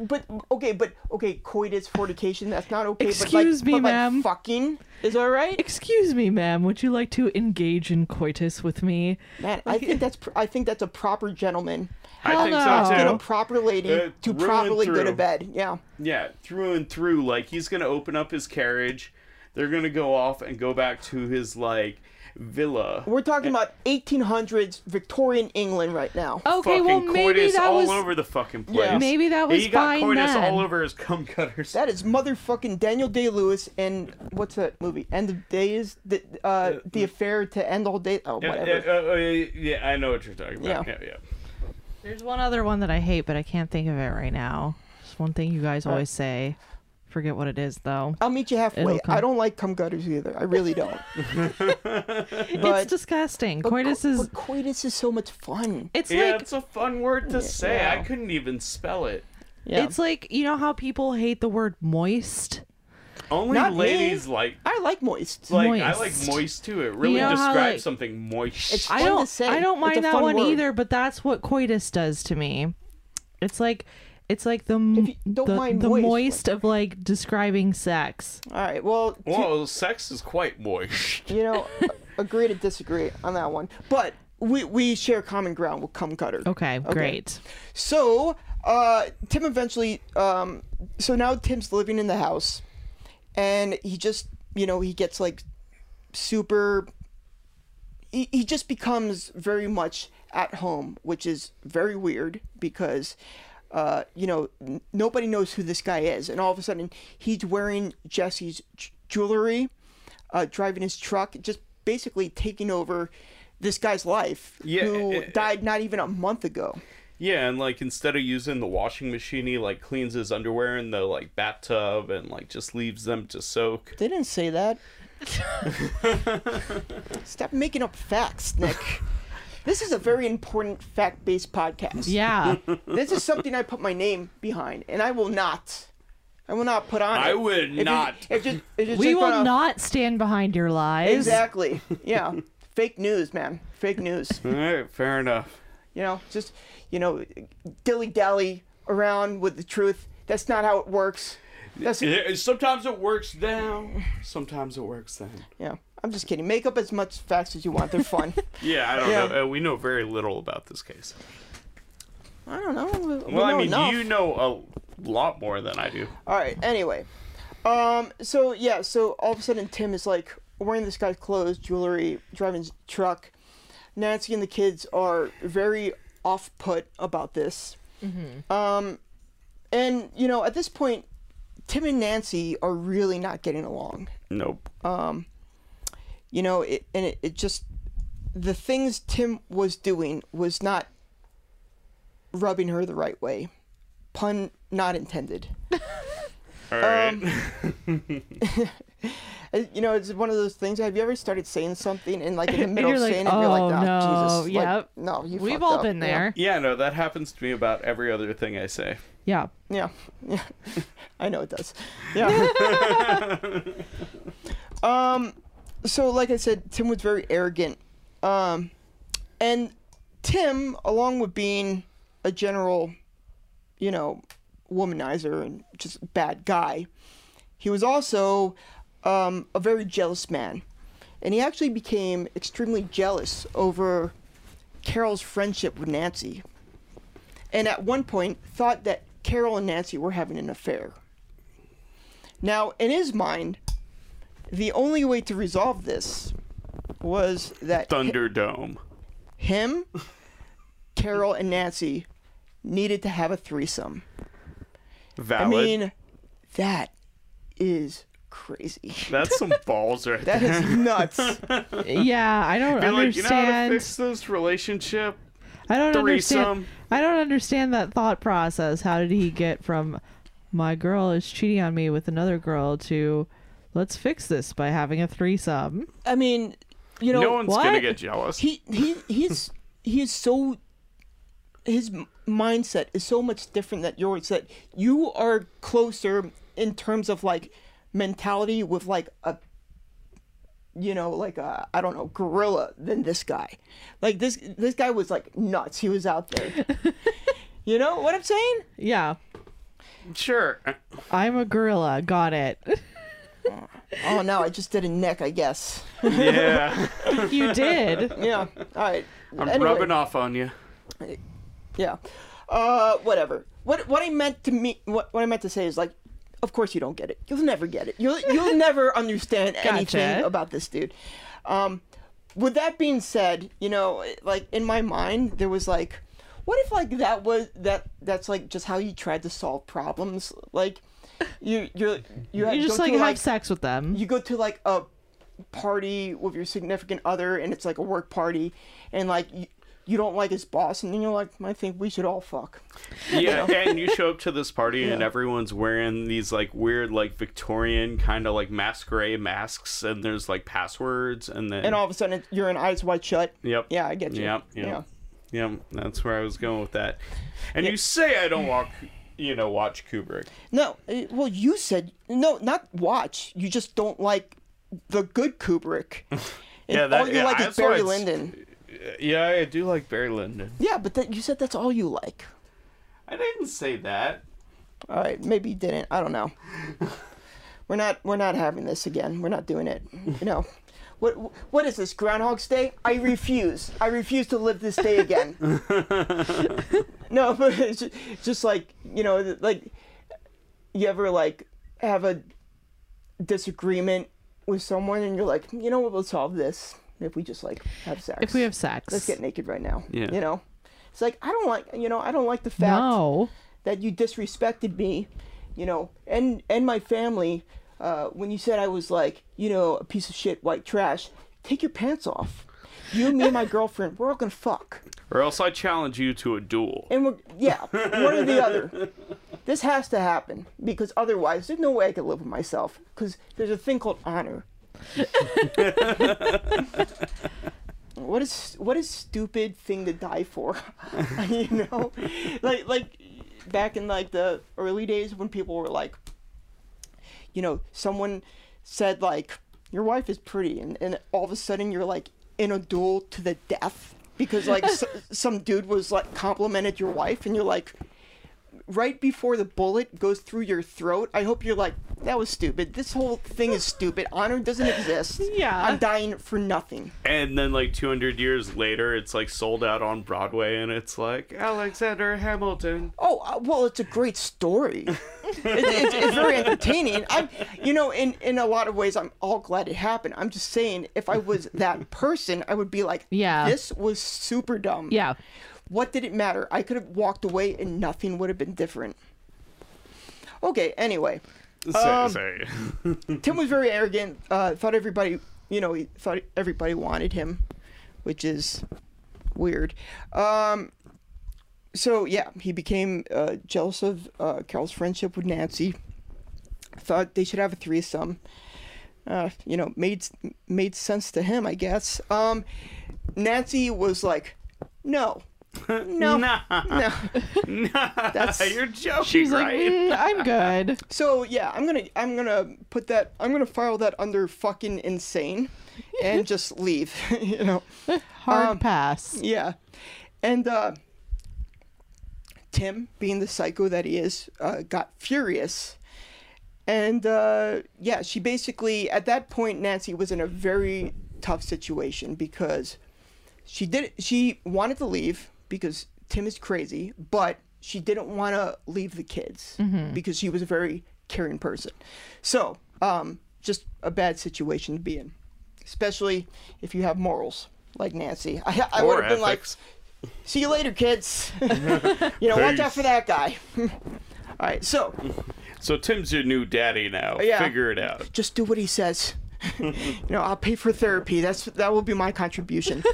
S2: But okay, but okay, coitus, fornication, that's not okay.
S4: Excuse
S2: but like,
S4: me,
S2: but like
S4: ma'am.
S2: fucking is all right.
S4: Excuse me, ma'am. Would you like to engage in coitus with me?
S2: Man, I think that's pr- I think that's a proper gentleman,
S3: I
S4: Hell
S3: think
S4: no.
S3: so
S2: and
S3: too.
S2: a proper lady
S3: Uh,
S2: to
S3: through and
S2: properly go to
S3: through.
S2: bed. Yeah.
S3: Yeah, through and through. Like he's gonna open up his carriage. They're gonna go off and go back to his like villa.
S2: We're talking about 1800s Victorian England right now.
S4: Okay, well
S3: Fucking
S4: maybe
S3: coitus
S4: that
S3: all
S4: was
S3: over the fucking place.
S4: maybe that was
S3: he got
S4: fine
S3: coitus
S4: then.
S3: all over his cum cutters.
S2: That is motherfucking Daniel Day Lewis and what's that movie? End of Days, the uh, the affair to end all day. Oh,
S3: mm. Yeah,
S2: whatever.
S3: yeah, uh, uh, yeah, I know what you're talking about.
S2: Yeah.
S3: Yeah, yeah.
S4: There's one other one that I hate, but I can't think of it right now. Just one thing you guys always say. Forget what it is though.
S2: I'll meet you halfway.
S4: It'll come.
S2: I don't like cum gutters either. I really don't. but,
S4: it's disgusting.
S2: but co-
S4: Coitus is
S2: but coitus is so much fun.
S4: it's
S3: yeah,
S4: like
S3: it's a fun word to say.
S2: yeah.
S3: I couldn't even spell it.
S2: Yeah.
S4: it's like you know how people hate the word moist?
S3: Only
S2: Not me.
S3: ladies like
S2: I like moist.
S3: like I like
S4: Moist.
S3: moist too. It really
S4: You know how,
S3: describes
S4: like-
S3: something moist.
S2: It's
S4: I
S2: fun to
S4: don't
S2: say.
S4: I don't
S2: It's a
S4: mind that
S2: fun
S4: one
S2: word.
S4: either, but that's what coitus does to me. It's like it's like the m-
S2: If you don't
S4: the,
S2: mind
S4: the
S2: moist,
S4: moist of like describing sex.
S2: All right. Well, to-
S3: Whoa, sex is quite moist.
S2: you know, agree to disagree on that one. But we we share common ground with cum cutter.
S4: Okay, great.
S2: So, uh, Tim eventually, um, so now Tim's living in the house, and he just, you know, he gets like super. He, he just becomes very much at home, which is very weird because, uh, you know, n- nobody knows who this guy is, and all of a sudden he's wearing Jesse's j- jewelry, uh, driving his truck, just basically taking over this guy's life
S3: Yeah,
S2: who
S3: it- it-
S2: died not even a month ago.
S3: Yeah, and like instead of using the washing machine, he like cleans his underwear in the like bathtub and like just leaves them to soak.
S2: They didn't say that. Stop making up facts, Nick. This is a very important fact based podcast.
S4: Yeah.
S2: This is something I put my name behind, and I will not. I will not put on
S3: I
S2: it.
S3: will
S2: If you-
S3: not.
S2: if you- if you
S4: we
S2: just
S4: will
S2: wanna-
S4: not stand behind your lies.
S2: Exactly. Yeah. Fake news, man. Fake news.
S3: All right, fair enough.
S2: You know, just, you know, dilly dally around with the truth. That's not how it works. That's,
S3: Yeah, Sometimes it works down, sometimes it works then.
S2: yeah. I'm just kidding. Make up as much facts as you want. They're fun.
S3: Yeah, I don't
S2: Yeah.
S3: know. Uh, we know very little about this case.
S2: I don't know. We- we
S3: Well, I
S2: know
S3: mean,
S2: enough.
S3: you know a lot more than I do.
S2: All right. Anyway, um, so yeah, so all of a sudden Tim is like wearing this guy's clothes, jewelry, driving his truck. Nancy and the kids are very off put about this. Um, and you know, at this point, Tim and Nancy are really not getting along.
S3: Nope.
S2: You know, it, and it, it just the things Tim was doing was not rubbing her the right way. Pun not intended.
S3: All right.
S2: Um, Uh, You know, it's one of those things. Have you ever started saying something and like in the
S4: And
S2: middle
S4: you're
S2: of
S4: like,
S2: saying it, you're
S4: "Oh,
S2: like, oh,
S4: no,
S2: Jesus,
S4: yep.
S2: like, no, you
S4: We've
S2: fucked
S4: all
S2: up."
S4: been
S2: Yeah.
S4: there.
S3: yeah, no, that happens to me about every other thing I say.
S4: Yeah.
S2: Yeah, yeah, I know it does. Yeah. um, so like I said, Tim was very arrogant. Um, and Tim, along with being a general, you know, womanizer and just a bad guy, he was also um, a very jealous man, and he actually became extremely jealous over Carol's friendship with Nancy and at one point thought that Carol and Nancy were having an affair. Now, in his mind, the only way to resolve this was that
S3: Thunderdome.
S2: him, Carol, and Nancy needed to have a threesome.
S3: Valid.
S2: I mean, that is crazy.
S3: that's some balls right
S2: That
S3: there.
S2: is nuts.
S4: Yeah. I don't
S3: Be like, you know how to
S4: understand.
S3: fix this relationship?
S4: I don't
S3: threesome?
S4: understand. I don't understand that thought process. How did he get from my girl is cheating on me with another girl to let's fix this by having a threesome?
S2: I mean, you know,
S3: No one's gonna
S4: what?
S3: get jealous.
S2: he he he's he is so his m- mindset is so much different than yours that you are closer in terms of like mentality with like a you know like a I don't know gorilla than this guy like this this guy was like nuts he was out there you know what I'm saying
S4: Yeah.
S3: Sure.
S4: I'm a gorilla. Got it.
S2: oh no I just did a neck I guess
S3: Yeah.
S4: you did.
S2: yeah all right
S3: I'm
S2: Anyway.
S3: rubbing off on you.
S2: Yeah. Uh, whatever. What what I meant to me what, what I meant to say is like, of course you don't get it. You'll never get it. You'll you'll never understand anything
S4: Gotcha.
S2: about this dude. Um, with that being said, you know, like in my mind there was like, what if like that was that that's like just how you tried to solve problems like. You you're, you
S4: You just
S2: go
S4: like
S2: to,
S4: have sex with them.
S2: you go to like a party with your significant other and it's like a work party and like you, you don't like his boss and then you're like i think we should all fuck
S3: Yeah, and you show up to this party and everyone's wearing these like weird like Victorian kind of like masquerade masks and there's like passwords and then
S2: and all of a sudden you're in eyes wide shut
S3: Yep.
S2: yeah i get you
S3: Yep. Yep.
S2: yeah
S3: Yep. That's where I was going with that. And you say I don't walk, you know, watch Kubrick.
S2: no eh, well you said no not watch you just don't like the good kubrick
S3: Yeah,
S2: And
S3: that-
S2: all you
S3: yeah,
S2: like is
S3: that's why
S2: barry
S3: it's-
S2: lyndon
S3: Yeah, I do like Barry Lyndon.
S2: yeah but that you said that's all you like
S3: I didn't say that.
S2: all right maybe you didn't i don't know we're not we're not having this again we're not doing it you know what what is this groundhog's day i refuse i refuse to live this day again no but it's ju- just like you know like you ever like have a disagreement with someone and you're like you know what we'll solve this if we just like have sex
S4: if we have sex.
S2: let's get naked right now
S3: Yeah.
S2: you know it's like i don't like you know i don't like the fact
S4: no.
S2: that you disrespected me, you know, and and my family uh, when you said I was like, you know, a piece of shit white trash. take your pants off. You, me, and my girlfriend, we're all gonna fuck.
S3: Or else I challenge you to a duel.
S2: And we're, yeah, one or the other. This has to happen because otherwise, there's no way I could live with myself because there's a thing called honor. what is what a stupid thing to die for, you know? Like like back in like the early days when people were like, you know, someone said like your wife is pretty, and, and all of a sudden you're like in a duel to the death because like s- some dude was like complimented your wife, and you're like, right before the bullet goes through your throat, I hope you're like, that was stupid. This whole thing is stupid. Honor doesn't exist.
S4: Yeah.
S2: I'm dying for nothing.
S3: And then, like 200 years later, it's like sold out on Broadway, and it's like Alexander Hamilton.
S2: Oh, uh, well, it's a great story. it, it's, it's very entertaining. I'm, you know, in, in a lot of ways, I'm all glad it happened. I'm just saying, if I was that person, I would be like,
S4: Yeah.
S2: this was super dumb.
S4: Yeah.
S2: What did it matter? I could have walked away and nothing would have been different. Okay, anyway.
S3: Say, say.
S2: Tim was very arrogant. Uh, thought everybody, you know, he thought everybody wanted him, which is weird. Um, so yeah, he became uh, jealous of uh, Carol's friendship with Nancy. Thought they should have a threesome. Uh, you know, made made sense to him, I guess. Um, Nancy was like, "No, no,
S3: Nah,
S2: no."
S3: nah, you're joking,
S4: She's like,
S3: right?
S4: "Mm, I'm good.
S2: So yeah, I'm gonna I'm gonna put that I'm gonna file that under fucking insane, and just leave. you know,
S4: Hard pass.
S2: yeah, and uh, Tim, being the psycho that he is, uh, got furious, and uh, yeah, she basically at that point Nancy was in a very tough situation because she did she wanted to leave because Tim is crazy, but she didn't want to leave the kids because she was a very caring person. So, um, just a bad situation to be in, especially if you have morals like Nancy. I, I
S3: Or
S2: would have been like,
S3: ethics.
S2: "See you later, kids." you know, watch out
S3: Peace.
S2: for that guy. All right, so
S3: So Tim's your new daddy now.
S2: Yeah.
S3: Figure it out.
S2: just do what he says. you know, I'll pay for therapy. That's that will be my contribution.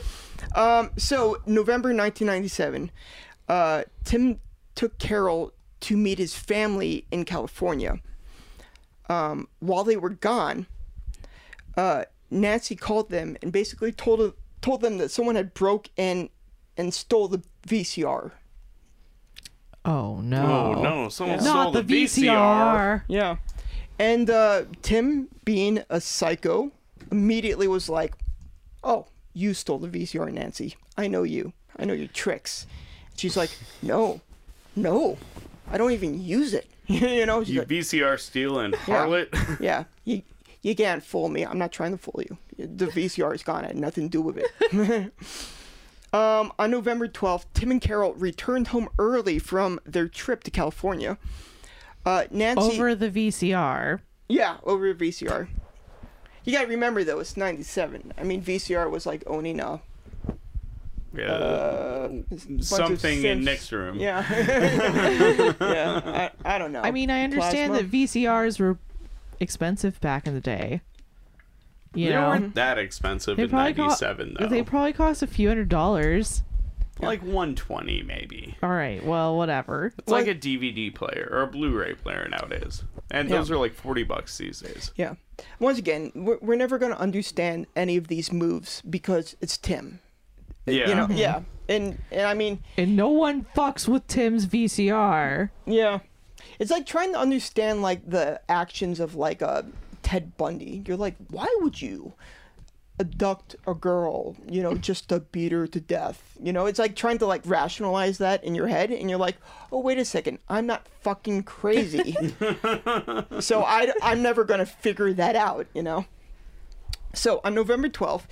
S2: um, so November 1997, uh, Tim took Carol to meet his family in California. Um, while they were gone, uh, Nancy called them and basically told told them that someone had broke in and stole the VCR.
S4: Oh
S3: Oh,
S4: no.
S3: no, someone
S4: Not
S3: stole
S4: the
S3: the,
S4: VCR.
S2: Yeah. And uh, Tim, being a psycho, immediately was like, Oh, you stole the VCR, Nancy. I know you. I know your tricks. She's like, No, no. I don't even use it. you know? She's
S3: You
S2: like,
S3: VCR stealing harlot.
S2: yeah. You, you can't fool me. I'm not trying to fool you. The VCR is gone. I had nothing to do with it. um, on November 12th, Tim and Carol returned home early from their trip to California. Uh, Nancy.
S4: Over the VCR.
S2: Yeah, over a VCR. You gotta remember though, it's '97. I mean, VCR was like owning a
S3: Yeah.
S2: uh, bunch of
S3: Something
S2: synths.
S3: in next room.
S2: Yeah, yeah. I, I don't know.
S4: I mean, I understand
S2: Oh, Plasma?
S4: that VCRs were expensive back in the day. You
S3: They
S4: know,
S3: weren't that expensive
S4: They
S3: in
S4: probably co-
S3: '97 though.
S4: they probably cost a few hundred dollars.
S3: like 120 maybe.
S4: All right, well, whatever.
S3: It's like a DVD player or a Blu-ray player nowadays, and those are like 40 bucks these days.
S2: Yeah. Once again, we're, we're never gonna understand any of these moves because it's Tim.
S3: Yeah.
S2: You know.
S4: Mm-hmm.
S2: Yeah. And and I mean,
S4: And no one fucks with Tim's VCR.
S2: yeah. It's like trying to understand like the actions of like a Ted Bundy. You're like, why would you abduct a girl, you know, just to beat her to death? You know, it's like trying to like rationalize that in your head and you're like, "Oh, wait a second. I'm not fucking crazy." so I I'm never going to figure that out, you know. So on November 12th,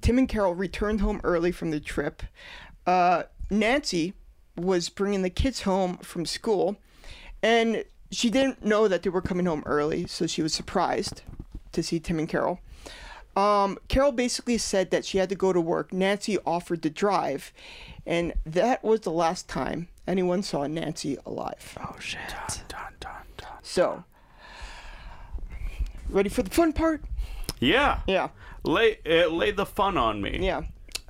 S2: Tim and Carol returned home early from the trip. Uh, Nancy was bringing the kids home from school, and she didn't know that they were coming home early, so she was surprised to see Tim and Carol. Um, Carol basically said that she had to go to work. Nancy offered to drive, and that was the last time anyone saw Nancy alive.
S4: Oh shit.
S2: So, ready for the fun part?
S3: Yeah.
S2: Yeah,
S3: Lay it lay the fun on me.
S2: yeah.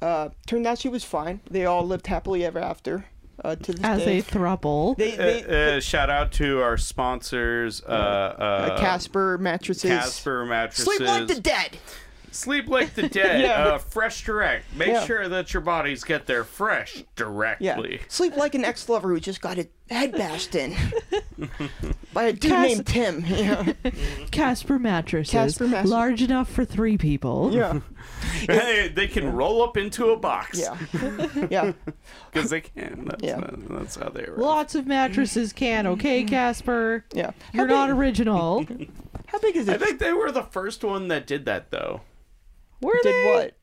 S2: Uh, turned out she was fine. They all lived happily ever after. Uh, to this
S4: as
S2: day,
S4: a throuple.
S2: they,
S3: Uh,
S2: they,
S3: uh, shout out to our sponsors, uh, uh,
S2: uh, Casper mattresses.
S3: Casper mattresses.
S2: Sleep like the dead.
S3: Sleep like the dead.
S2: Yeah.
S3: uh, fresh direct. Make
S2: Yeah.
S3: sure that your bodies get there fresh
S2: Yeah.
S3: directly.
S2: Sleep like an ex-lover who just got a head bashed in by a dude
S4: Cas-
S2: named Tim. Yeah.
S4: Casper mattresses,
S2: Casper mattresses.
S4: large enough for three people.
S2: Yeah.
S3: Hey, they can roll up into a box
S2: Yeah. Yeah.
S3: because they can. That's, uh,
S2: Yeah.
S3: that's how they were.
S4: Lots of mattresses can, okay, Casper?
S2: Mm-hmm. Yeah.
S4: You're
S2: how
S4: not
S2: big,
S4: original.
S2: How big is
S3: I
S2: it?
S3: think they were the first one that did that though.
S4: Were they?
S2: Did what?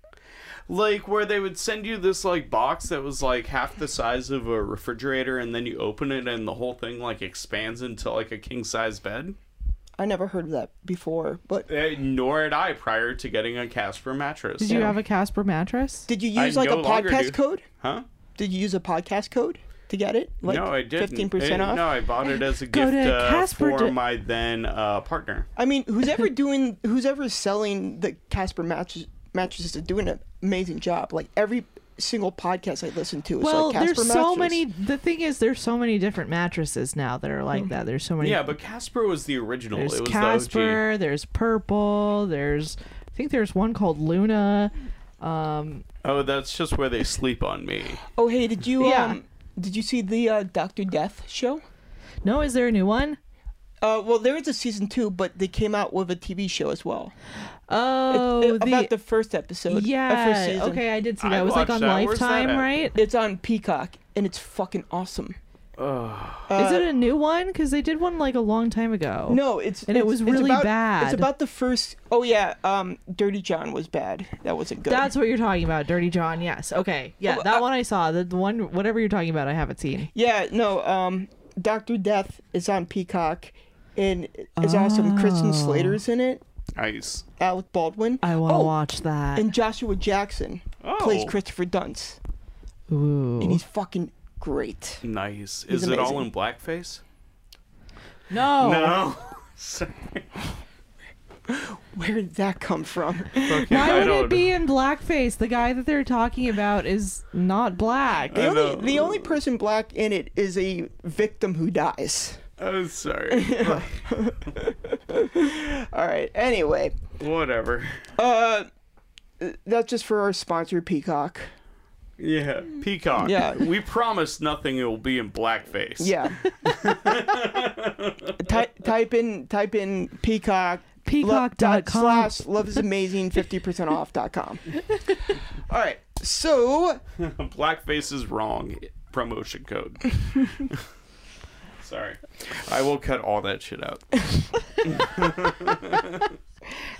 S3: Like where they would send you this like box that was like half the size of a refrigerator, and then you open it and the whole thing like expands into like a king size bed.
S2: I never heard of that before. But
S3: Eh, nor had I prior to getting a Casper mattress.
S4: Did you have a Casper mattress?
S2: did you
S3: I
S2: use like a
S3: no longer do.
S2: podcast code?
S3: Huh?
S2: Did you use a podcast code to get it? Like
S3: no, I didn't.
S2: Fifteen percent
S3: Eh,
S2: off.
S3: No, I bought it as a
S4: Go
S3: gift
S4: to
S3: uh,
S4: Casper
S3: for
S4: to-
S3: my then uh, partner.
S2: I mean, who's ever doing, who's ever selling the Casper mattress, mattresses is doing an amazing job. Like every single podcast I listen to is
S4: well,
S2: like Casper
S4: there's so
S2: mattress.
S4: many. The thing is, there's so many different mattresses now that are
S2: Hmm.
S4: like that. There's so many.
S3: Yeah, but Casper was the original.
S4: there's
S3: it was the OG.
S4: Casper. There's purple. There's I think there's one called Luna. Um,
S3: Oh, that's just where they sleep on me.
S2: Oh, hey, did you
S4: Yeah.
S2: um, did you see the uh, Doctor Death show?
S4: no, is there a new one?
S2: Uh, well, there is a season two, but they came out with a TV show as well.
S4: Oh,
S2: It-
S4: the,
S2: about the first episode. of first
S4: yeah.
S2: season.
S4: Okay, I did see
S3: I
S4: that. It was like
S3: watched
S4: on
S3: that. Where's that
S4: Lifetime,
S3: at?
S4: right?
S2: It's on Peacock, and it's fucking awesome.
S4: is it a new one? Because they did one like a long time ago.
S2: Uh, No, it's
S4: And it
S2: it's-
S4: was
S2: it's
S4: really
S2: about-
S4: bad.
S2: It's about the first. Oh yeah, um, Dirty John was bad. That wasn't good.
S4: That's what you're talking about, Dirty John. Yes. Okay. Yeah,
S2: Oh,
S4: that
S2: uh,
S4: one I saw. The, the one, whatever you're talking about, I haven't seen.
S2: Yeah, no, um, Doctor Death is on Peacock, and it's awesome. Kristen Slater's in it.
S3: Nice.
S2: Alec Baldwin.
S4: Oh. I want to
S2: Oh,
S4: watch that.
S2: And Joshua Jackson plays
S3: Oh.
S2: Christopher Dunst, and
S4: Ooh.
S2: he's fucking great.
S3: Nice.
S2: He's
S3: Is it all
S2: amazing. Oh.
S3: in blackface?
S4: No.
S3: No. Sorry.
S2: Where did that come from?
S3: Okay, I
S4: Why would
S3: don't-
S4: it be in blackface? The guy that they're talking about is not black.
S2: The
S3: know.
S2: only, the only person black in it is a victim who dies.
S3: Oh, sorry.
S2: All right. Anyway,
S3: Whatever.
S2: uh, that's just for our sponsor, Peacock.
S3: Yeah. Peacock.
S2: Yeah.
S3: We promise nothing will be in blackface.
S2: Yeah. Ty- type in type in peacock
S4: Peacock dot
S2: dot
S4: com.
S2: slash love is amazing 50% off dot com. All right. So
S3: Blackface is wrong. Promotion code. sorry. I will cut all that shit out.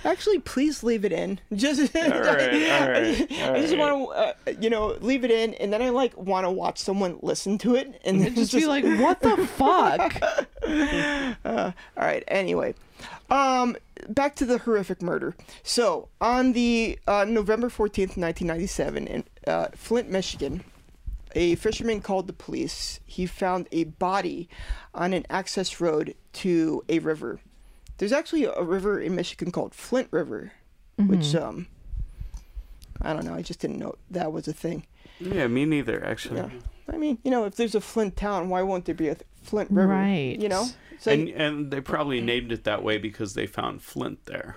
S2: actually, please leave it in. Just
S3: All right. All right. all
S2: I just
S3: right.
S2: want to, uh, you know, leave it in, and then I like want to watch someone listen to it, and then
S4: Just be like, what the fuck?
S2: All right. Anyway, um, back to the horrific murder. So on the uh, November fourteenth, nineteen ninety-seven, in uh, Flint, Michigan, a fisherman called the police. He found a body on an access road to a river. There's actually a river in Michigan called Flint River, which um, I don't know. I just didn't know that was a thing.
S3: Yeah, me neither, actually.
S2: Yeah. I mean, you know, if there's a Flint town, why won't there be a th- Flint River?
S4: Right.
S2: You know. So
S3: And and they probably named it that way because they found Flint there.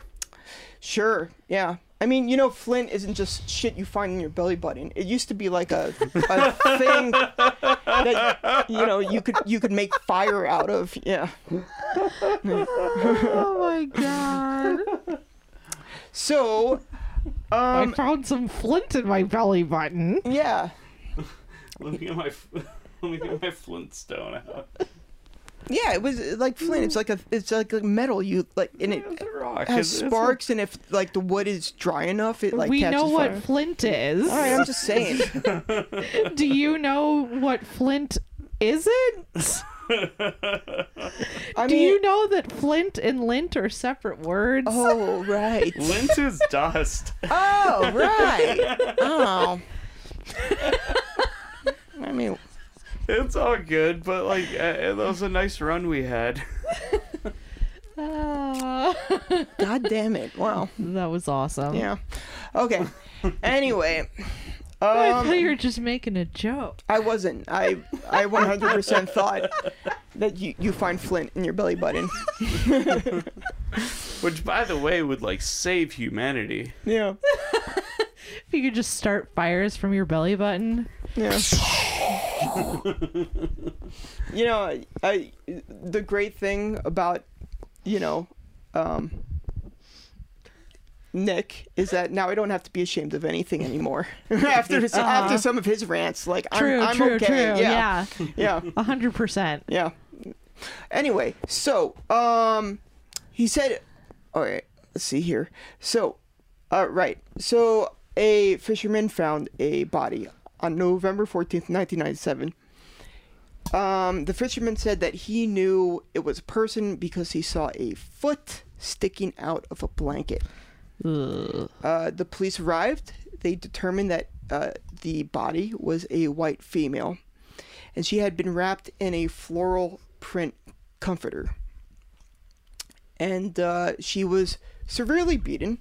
S2: Sure. Yeah. I mean, you know, Flint isn't just shit you find in your belly button. It used to be like a, a thing that you know you could you could make fire out of. Yeah.
S4: oh my god. Um,
S2: So, um,
S4: I found some flint in my belly button.
S2: yeah.
S3: Let me get my let me get my Flintstone out.
S2: Yeah, it was uh, like Flint. It's like a it's like a metal you like and it
S3: It's a
S2: has
S3: rock. It's- it's a-
S2: sparks and if like the wood is dry enough, it like
S4: we
S2: catches
S4: know what
S2: fire.
S4: flint is.
S2: All right, I'm just saying.
S4: Do you know what flint isn't?
S2: I
S4: Do
S2: mean,
S4: you know that flint and lint are separate words?
S2: Oh right.
S3: Lint is dust.
S2: Oh right. Oh. I mean.
S3: It's all good, but like uh, that was a nice run we had.
S4: Ah.
S2: God damn it. Wow.
S4: that was awesome.
S2: Yeah. Okay. Anyway.
S4: I
S2: Um,
S4: thought you were just making a joke.
S2: I wasn't. I I 100% thought that you, you find Flint in your belly button.
S3: Which, by the way, would like save humanity.
S2: Yeah.
S4: If you could just start fires from your belly button.
S2: Yeah. you know, I, I the great thing about you know, um, Nick is that now I don't have to be ashamed of anything anymore. after after some of his rants, like
S4: Uh-huh. True,
S2: I'm, I'm
S4: true,
S2: okay.
S4: true.
S2: Yeah,
S4: Yeah.
S2: yeah,
S4: A hundred percent.
S2: yeah. Anyway, so um, he said, all right, let's see here. So, uh, right, so a fisherman found a body on November fourteenth, nineteen ninety seven. Um, the fisherman said that he knew it was a person because he saw a foot sticking out of a blanket.
S4: Ugh.
S2: Uh, the police arrived. They determined that uh, the body was a white female, and she had been wrapped in a floral print comforter. And uh, she was severely beaten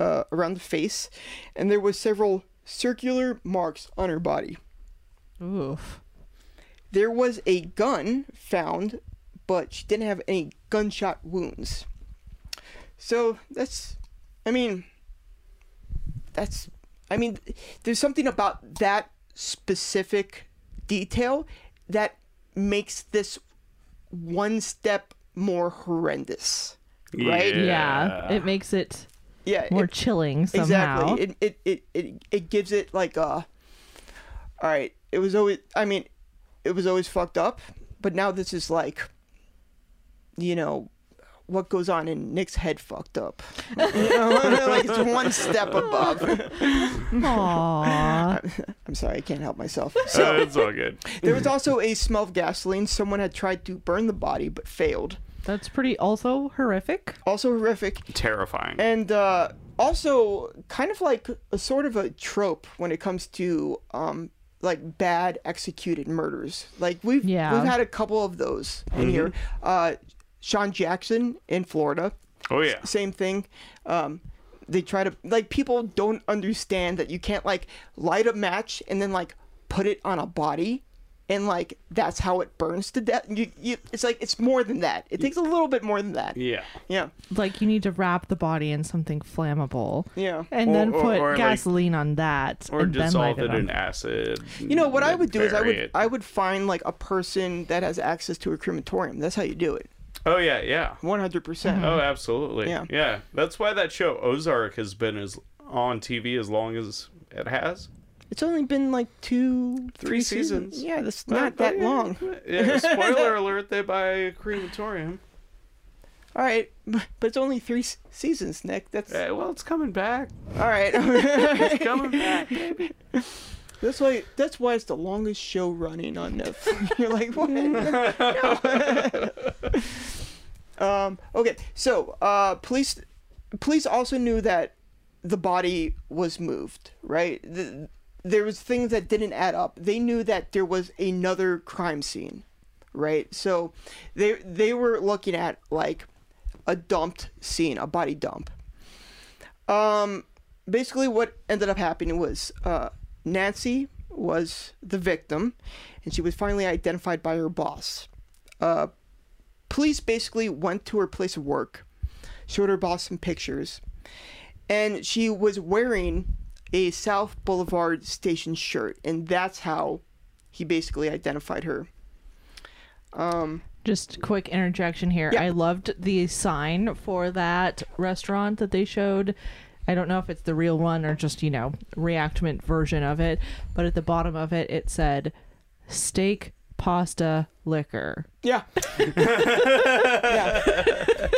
S2: uh, around the face, and there was several circular marks on her body.
S4: Oof.
S2: There was a gun found, but she didn't have any gunshot wounds. So that's, I mean, that's, I mean, there's something about that specific detail that makes this one step more horrendous. Right?
S4: Yeah. It makes it
S2: Yeah.
S4: more
S2: it-
S4: chilling somehow.
S2: Exactly. It, it it it it gives it like a. All right. It was always. I mean, it was always fucked up, but now this is like. You know, what goes on in Nick's head fucked up. You know, like it's one step above.
S4: Aww.
S2: I'm sorry, I can't help myself.
S3: So
S2: So
S3: it's all good.
S2: there was also a smell of gasoline. Someone had tried to burn the body but failed.
S4: That's pretty also horrific.
S2: Also horrific.
S3: Terrifying.
S2: and uh, also kind of like a sort of a trope when it comes to um, like bad executed murders. Like we've
S4: Yeah.
S2: we've had a couple of those in here. Uh, Sean Jackson in Florida,
S3: Oh yeah.
S2: same thing. Um, they try to like people don't understand that you can't like light a match and then like put it on a body. And like that's how it burns to death. You, you, it's like it's more than that. It takes a little bit more than that.
S3: Yeah.
S2: Yeah,
S4: Like you need to wrap the body in something flammable.
S2: yeah.
S4: And
S3: Or-
S4: then
S3: or-
S4: put
S3: or, like-
S4: gasoline on that.
S3: Or
S4: and then
S3: dissolve
S4: light
S3: it
S4: on
S3: in acid.
S2: You know what I
S3: and
S2: would do is I
S3: bury
S2: would
S3: it.
S2: I would find like a person that has access to a crematorium. That's how you do it.
S3: Oh yeah, yeah.
S2: One hundred percent.
S3: Oh, absolutely.
S2: Yeah.
S3: Yeah. That's why that show Ozark has been as on TV as long as it has.
S2: It's only been like two, three
S3: Three
S2: seasons.
S3: seasons.
S2: Yeah, that's not
S3: But-
S2: that long.
S3: Yeah, spoiler alert, they buy a crematorium.
S2: All right, but but it's only three s- seasons, Nick. That's
S3: Eh, well, it's coming back.
S2: all right.
S3: It's coming back, baby.
S2: that's why that's why it's the longest show running on Netflix. You're like what? No. um. Okay. So, uh, police police also knew that the body was moved, right? The, there was things that didn't add up. They knew that there was another crime scene, right? So they they were looking at like a dumped scene, a body dump. Um basically what ended up happening was uh Nancy was the victim and she was finally identified by her boss. Uh police basically went to her place of work, showed her boss some pictures, and she was wearing a South Boulevard station shirt, and that's how he basically identified her.
S4: Just quick interjection here.
S2: Yeah.
S4: I loved the sign for that restaurant that they showed. I don't know if it's the real one or just, you know, reactment version of it, but at the bottom of it it said steak, pasta, liquor.
S2: Yeah. yeah.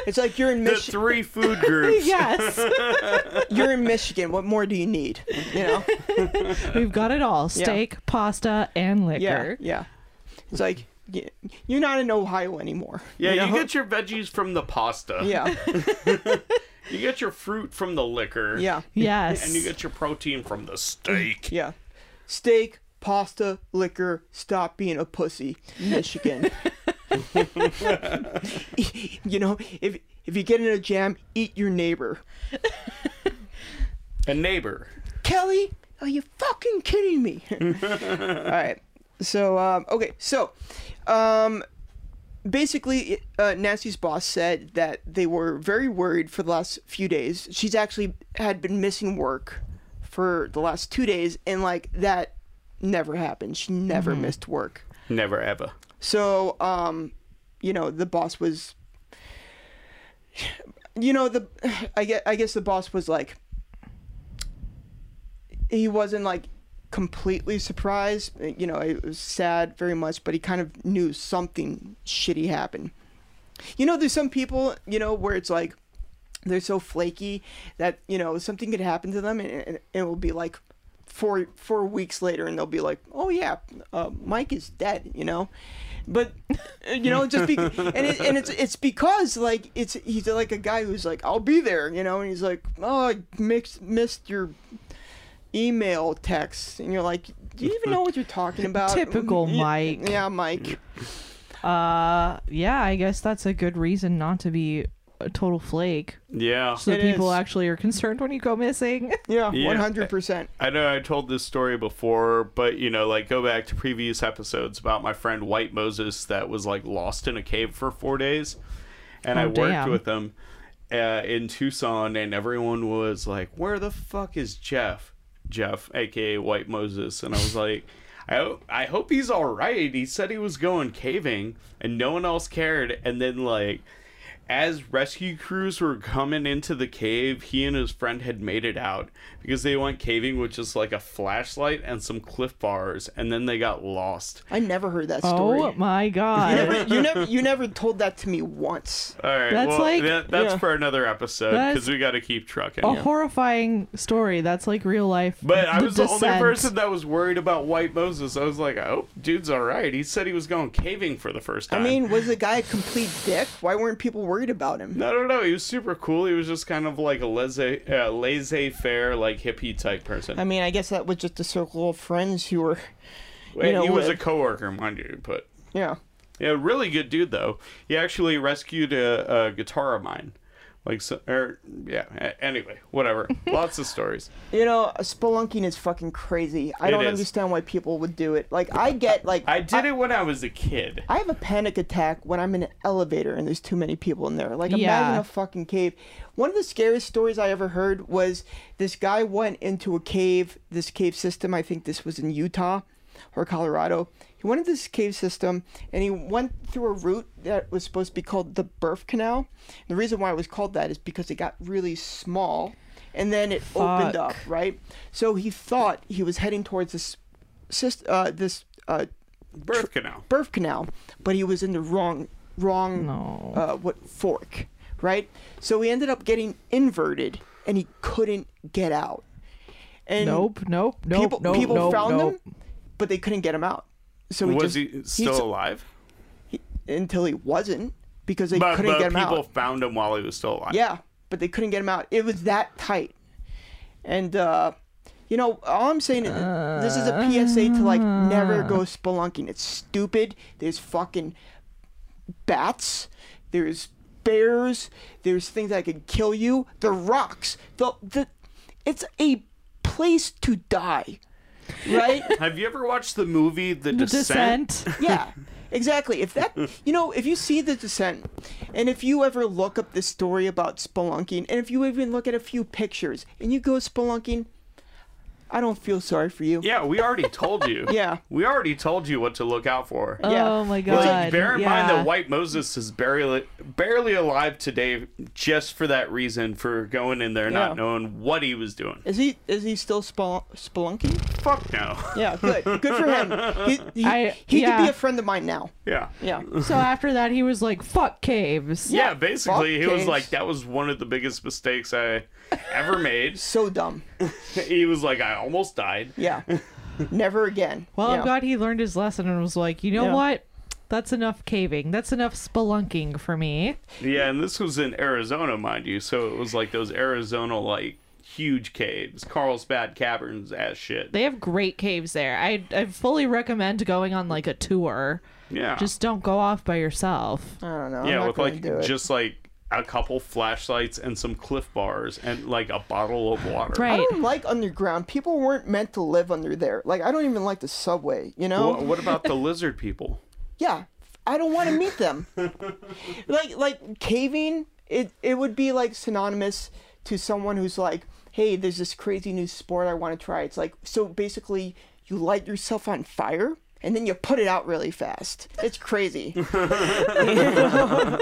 S2: It's like you're in
S3: The
S2: Michigan.
S3: three food groups.
S4: Yes.
S2: you're in Michigan. What more do you need? You know.
S4: We've got it all. Steak, pasta, and
S2: Yeah.
S4: liquor.
S2: Yeah. It's like y- you're not in Ohio anymore.
S3: Yeah, you
S2: know?
S3: get your veggies from the pasta.
S2: Yeah.
S3: You get your fruit from the liquor.
S2: Yeah.
S4: Yes.
S3: And you get your protein from the steak.
S2: Yeah. Steak, pasta, liquor. Stop being a pussy, Michigan. you know, if if you get in a jam, eat your neighbor.
S3: A neighbor.
S2: Kelly, are you fucking kidding me? All right. So, um, okay. So, um, basically, uh, Nancy's boss said that they were very worried for the last few days. She's actually had been missing work for the last two days, and like that never happened. She never missed work.
S3: Never ever.
S2: So, um, you know, the boss was, you know, the, I guess, I guess the boss was like, he wasn't like completely surprised. You know, it was sad very much, but he kind of knew something shitty happened. You know, there's some people, you know, where it's like, they're so flaky that you know something could happen to them, and, and it will be like four four weeks later, and they'll be like, "Oh yeah, uh, Mike is dead," you know. But uh, you know, just be and it, and it's it's because like it's he's like a guy who's like, "I'll be there," you know, and he's like, "Oh, I mixed, missed your email texts," and you're like, "Do you even know what you're talking about?"
S4: Typical
S2: Y-
S4: Mike.
S2: Yeah, Mike.
S4: Uh, yeah, I guess that's a good reason not to be a total flake.
S3: Yeah.
S4: So that
S2: It
S4: people
S2: is.
S4: actually are concerned when you go missing.
S2: Yeah,
S3: Yeah.
S2: one hundred percent.
S3: I know I told this story before, but you know, like go back to previous episodes about my friend White Moses that was like lost in a cave for four days, and
S4: Oh,
S3: I worked
S4: damn.
S3: with him uh, in Tucson, and everyone was like, "Where the fuck is Jeff?" Jeff, aka White Moses, and I was like. I, ho- I hope he's all right. He said he was going caving and no one else cared. And then, like, as rescue crews were coming into the cave, he and his friend had made it out because they went caving with just like a flashlight and some cliff bars, and then they got lost.
S2: I never heard that story.
S4: Oh my
S2: You
S4: god.
S2: never, you never, you never told that to me once.
S3: All right,
S4: That's
S3: well,
S4: like-
S3: that, that's
S2: yeah.
S3: for another episode
S4: That's-
S3: because we got to keep trucking.
S4: A horrifying story. That's like real life.
S3: But I
S4: The
S3: was the only
S4: descent.
S3: person that was worried about White Moses. I was like, "Oh, dude's all right." He said he was going caving for the first
S2: I
S3: time.
S2: mean, was the guy a complete dick? Why weren't people worried about him?
S3: I don't know. He was super cool. He was just kind of like a laissez, uh, laissez-faire, like hippie type person.
S2: I mean, I guess that was just a circle of friends who were,
S3: And
S2: know,
S3: he was a
S2: with-
S3: coworker, mind you, but
S2: yeah.
S3: Yeah, really good dude though. He actually rescued a, a guitar of mine. Like, so, or yeah. a- Anyway, whatever. Lots of stories.
S2: You know, spelunking is fucking crazy. I
S3: It
S2: don't
S3: is.
S2: understand why people would do it. Like, I get like
S3: I did it when I was a kid.
S2: I have a panic attack when I'm in an elevator and there's too many people in there. Like,
S4: Yeah.
S2: imagine a fucking cave. One of the scariest stories I ever heard was this guy went into a cave, this cave system. I think this was in Utah or Colorado. He went into this cave system and he went through a route that was supposed to be called the Birth Canal. And the reason why it was called that is because it got really small and then it opened
S4: Fuck.
S2: up, right? So he thought he was heading towards this, syst- uh, this, uh,
S3: Birth canal.
S2: birth canal, but he was in the wrong wrong
S4: No.
S2: uh, what fork, right? So he ended up getting inverted, and he couldn't get out. And
S4: Nope, nope, nope,
S2: people
S4: nope,
S2: people
S4: nope,
S2: found
S4: nope.
S2: him, but they couldn't get him out. So he
S3: Was
S2: just,
S3: he still alive?
S2: until he wasn't because they
S3: But,
S2: couldn't
S3: but
S2: get him
S3: people
S2: out.
S3: found him while he was still alive.
S2: Yeah, but they couldn't get him out. It was that tight. And uh you know, all I'm saying is this is a PSA to like never go spelunking. It's stupid. There's fucking bats. There's bears. There's things that could kill you. The rocks. The the it's a place to die. Right?
S3: Have you ever watched the movie The,
S4: The
S3: Descent?
S4: descent.
S2: yeah exactly if that you know if you see the descent and if you ever look up the story about spelunking and if you even look at a few pictures and you go spelunking i don't feel sorry for you
S3: Yeah, we already told you.
S2: Yeah.
S3: We already told you what to look out for.
S2: Yeah.
S4: Oh my
S2: Well,
S4: god.
S2: like,
S3: Like, bear in mind
S4: yeah.
S3: that White Moses is barely barely alive today, just for that reason, for going in there
S2: Yeah.
S3: not knowing what he was doing.
S2: is he is he still spel- spelunking
S3: Fuck no.
S2: yeah good good for him he, he,
S4: I-
S2: he could
S4: yeah.
S2: be a friend of mine now
S3: Yeah.
S2: yeah
S4: So after that, he was like, "Fuck caves."
S3: Yeah,
S2: Yeah,
S3: basically,
S2: fuck
S3: he was
S2: caves.
S3: like, that was one of the biggest mistakes I ever made.
S2: so dumb
S3: he was like, I almost died.
S2: yeah never again
S4: Well,
S2: yeah.
S4: I'm glad he learned his lesson and was like, "You know
S2: Yeah.
S4: what? That's enough caving. That's enough spelunking for me."
S3: Yeah, and this was in Arizona, mind you, so it was like those Arizona, like, huge caves, Carlsbad Caverns ass shit.
S4: They have great caves there. I I fully recommend going on like a tour
S3: Yeah.
S4: Just don't go off by yourself.
S2: I don't know. I'm
S3: yeah,
S2: not
S3: with
S2: gonna
S3: like
S2: do it.
S3: just like a couple flashlights and some cliff bars and like a bottle of water.
S4: Right.
S2: I don't like underground. People weren't meant to live under there. Like I don't even like the subway. You know?
S3: Wha- What, about the lizard people?
S2: yeah, I don't want to meet them. like like caving, it it would be like synonymous to someone who's like, hey, there's this crazy new sport I want to try. It's like so basically, you light yourself on fire and then you put it out really fast. It's crazy. You know?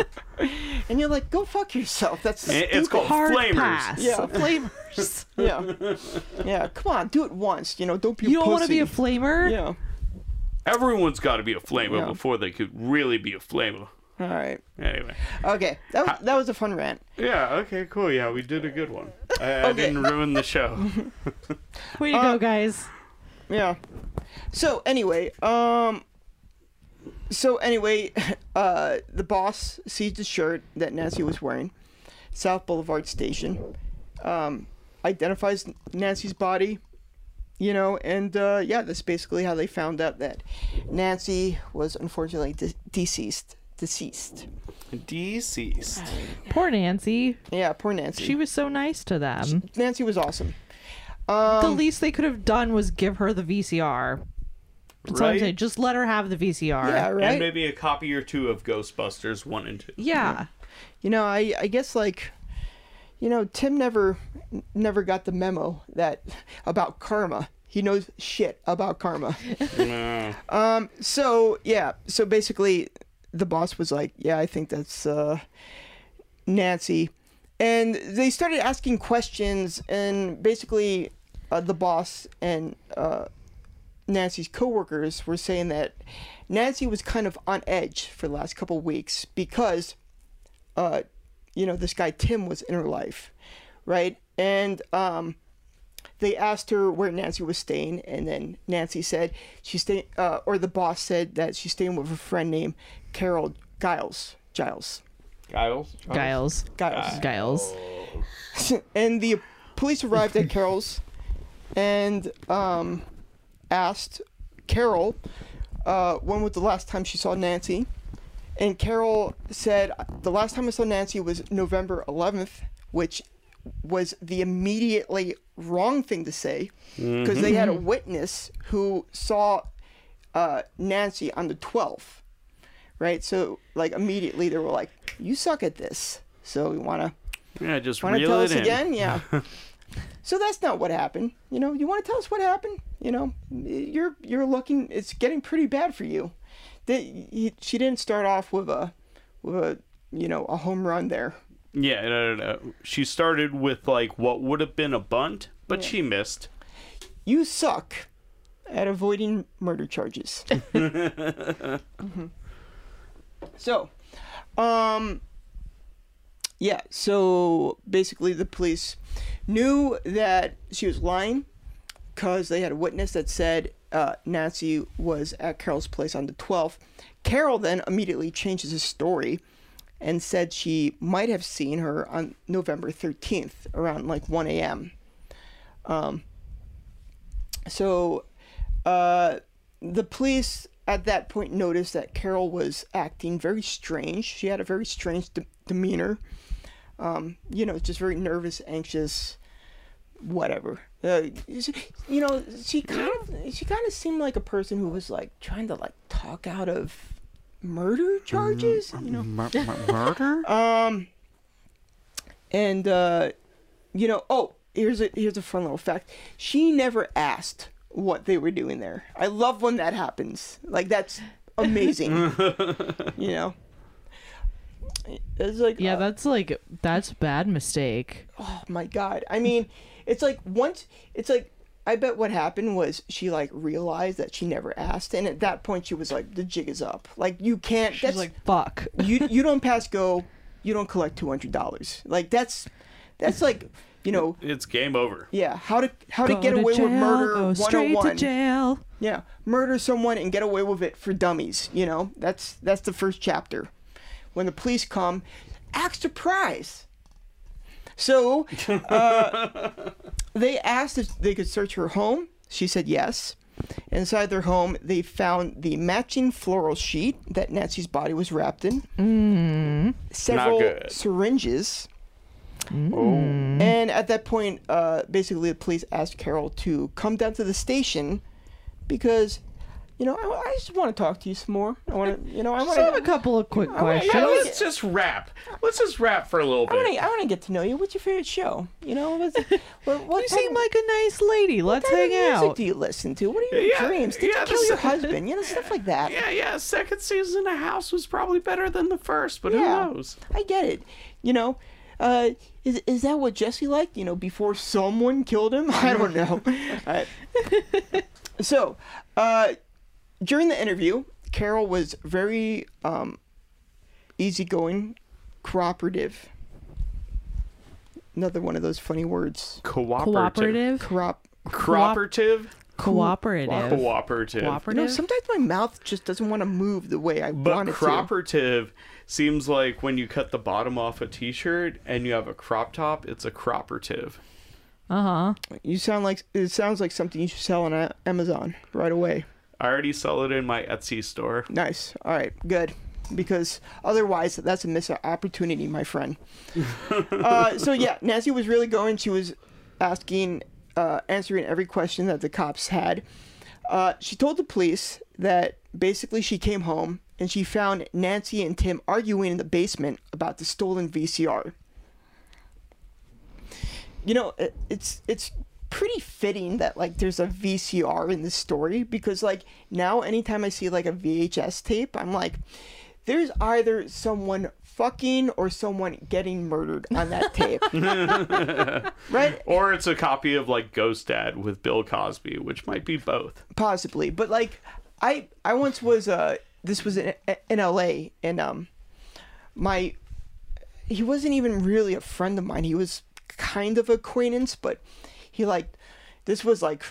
S2: and you're like, go fuck yourself. That's
S3: It- it's
S2: stupid.
S3: called
S4: Hard
S3: flamers.
S4: pass.
S2: Yeah.
S4: Flamers.
S2: Yeah, yeah. Come on, do it once. You know, don't be.
S4: you
S2: a
S4: don't want to be a
S2: pussy.
S4: flamer?
S2: Yeah.
S3: Everyone's got to be a flamer
S2: Yeah.
S3: before they could really be a flamer.
S2: All right.
S3: Anyway.
S2: Okay. That was, that was a fun rant.
S3: Yeah. Okay. Cool. Yeah, we did a good one. I, I
S2: Okay.
S3: didn't ruin the show.
S4: Way
S2: Uh,
S4: to go, guys.
S2: Yeah. So anyway, um. So anyway, uh, the boss sees the shirt that Nancy was wearing, South Boulevard Station, um, identifies Nancy's body, you know, and uh, yeah, that's basically how they found out that Nancy was unfortunately de- deceased. Deceased.
S3: Deceased.
S4: Poor Nancy.
S2: Yeah, poor Nancy.
S4: She was so nice to them.
S2: Nancy was awesome. Um,
S4: the least they could have done was give her the VCR. That's all I'm
S3: Right?
S4: saying. Just let her have the VCR.
S2: Yeah, right.
S3: And maybe a copy or two of Ghostbusters one and two.
S4: Yeah.
S2: you know i i guess like you know tim never never got the memo that about karma he knows shit about karma so yeah so basically the boss was like yeah i think that's uh nancy and they started asking questions and basically uh, the boss and uh Nancy's coworkers were saying that Nancy was kind of on edge for the last couple weeks because uh, you know, this guy Tim was in her life, right? And um, they asked her where Nancy was staying, and then Nancy said she's staying, uh, or the boss said that she's staying with a friend named Carol Giles. Giles.
S3: Giles.
S4: Giles.
S2: Giles.
S4: Giles.
S2: and the police arrived at Carol's and um, asked Carol uh, when was the last time she saw Nancy. And Carol said, The last time I saw Nancy was November 11th, which was the immediately wrong thing to say because they had a witness who saw uh, Nancy on the 12th, right? So, like, immediately they were like, You suck at this. So, we want to
S3: Yeah. Just
S2: Want to
S3: reel
S2: tell
S3: it
S2: us
S3: in.
S2: again? Yeah. so that's not what happened. You know, you want to tell us what happened? You know, you're you're looking. It's getting pretty bad for you. That he, she didn't start off with a with a you know a home run there.
S3: Yeah, no, no, no. She started with like what would have been a bunt, but she missed.
S2: You suck at avoiding murder charges. Mhm. So, um, yeah, so basically the police knew that she was lying because they had a witness that said uh, Nancy was at Carol's place on the 12th. Carol then immediately changes his story and said she might have seen her on November 13th around like 1 a.m. So, uh, the police at that point noticed that Carol was acting very strange. She had a very strange de- demeanor. Um, you know, just very nervous, anxious, whatever. Uh, she- you know, she kind of she kind of seemed like a person who was like trying to like talk out of murder charges. You know,
S3: murder?
S2: and uh, you know, oh, here's a here's a fun little fact. She never asked what they were doing there. I love when that happens. Like that's amazing. you know, it's like
S4: Yeah,
S2: uh,
S4: that's like that's a bad mistake.
S2: oh my god. I mean, it's like once it's like I bet what happened was she like realized that she never asked, and at that point she was like, the jig is up. Like you can't.
S4: She's
S2: that's
S4: like, fuck.
S2: you you don't pass go, you don't collect two hundred dollars. Like that's that's like you know.
S3: It's game over.
S2: Yeah, how to how to
S4: Go
S2: get away
S4: jail,
S2: with murder
S4: go straight to
S2: 101.
S4: jail.
S2: Yeah, murder someone and get away with it for dummies, you know? That's that's the first chapter. When the police come, act surprised. So, uh, they asked if they could search her home. She said yes. Inside their home, they found the matching floral sheet that Nancy's body was wrapped in,
S4: Mm.
S2: several
S3: good.
S2: syringes. Mm.
S3: Oh.
S2: And at that point, uh, basically, the police asked Carol to come down to the station because, you know, I, I just want to talk to you some more. I want to, you know, I want
S4: I have a
S2: to.
S4: couple of quick
S2: right,
S4: questions.
S2: yeah,
S3: Now let's just rap. Let's just rap for a little
S2: I want
S3: bit.
S2: to, I want to get to know you. What's your favorite show? You know, what's, what, what
S4: You
S2: type
S4: seem
S2: of-
S4: like a nice lady. Let's
S2: what type of
S4: hang
S2: music
S4: out.
S2: do you listen to? What are your
S3: Yeah,
S2: dreams? Did
S3: yeah,
S2: you kill
S3: this-
S2: your husband? You know, stuff like that.
S3: Yeah, yeah. Second season of House was probably better than the first, but
S2: Yeah.
S3: who knows?
S2: I get it. You know, uh, is is that what Jesse liked? You know, before someone killed him. I don't know. Alright. so, uh, during the interview, Carol was very um, easygoing, cooperative. Another one of those funny words.
S3: Cooperative.
S2: Corrupt.
S3: Cooperative.
S4: Cooperative.
S2: You
S3: Cooperative.
S2: know,
S4: Cooperative.
S2: sometimes my mouth just doesn't want to move the way I
S3: But
S2: want it to.
S3: cooperative seems like when you cut the bottom off a t-shirt and you have a crop top, it's a cooperative.
S4: Uh huh.
S2: You sound like it sounds like something you should sell on uh, Amazon right away.
S3: I already sell it in my Etsy store.
S2: Nice. All right. Good. Because otherwise, that's a missed opportunity, my friend. uh, so yeah, Nancy was really going. She was asking, uh, answering every question that the cops had. Uh, she told the police that basically she came home and she found Nancy and Tim arguing in the basement about the stolen VCR. You know, it, it's it's pretty fitting that like there's a VCR in this story because like now anytime I see like a VHS tape, I'm like, there's either someone fucking or someone getting murdered on that tape, right?
S3: Or it's a copy of like Ghost Dad with Bill Cosby, which might be both.
S2: possibly but like i i once was uh this was in, in la and um my he wasn't even really a friend of mine he was kind of acquaintance but he like this was like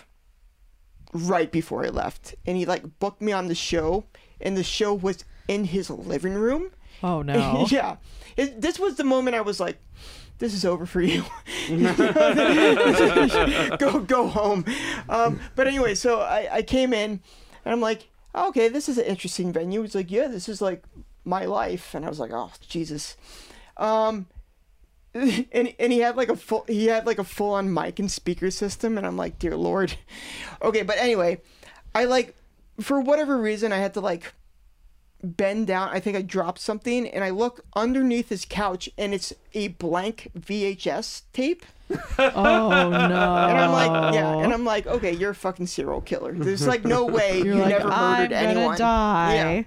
S2: right before i left and he like booked me on the show and the show was in his living room
S4: Oh no.
S2: yeah. It, this was the moment I was like, this is over for you. go go home. Um, but anyway, so I, I came in and I'm like, "Oh, okay, this is an interesting venue. It's like, yeah, this is like my life. And I was like, oh, Jesus. Um, and and he had like a full he had like a full on mic and speaker system and I'm like dear lord, okay but anyway, I like for whatever reason I had to like bend down I think I dropped something and I look underneath his couch and it's a blank VHS tape
S4: Oh
S2: and I'm
S4: no.
S2: like yeah
S4: Oh.
S2: and I'm like okay you're a fucking serial killer there's like no way you
S4: You're like,
S2: never
S4: I'm
S2: murdered
S4: gonna
S2: anyone Yeah
S4: die.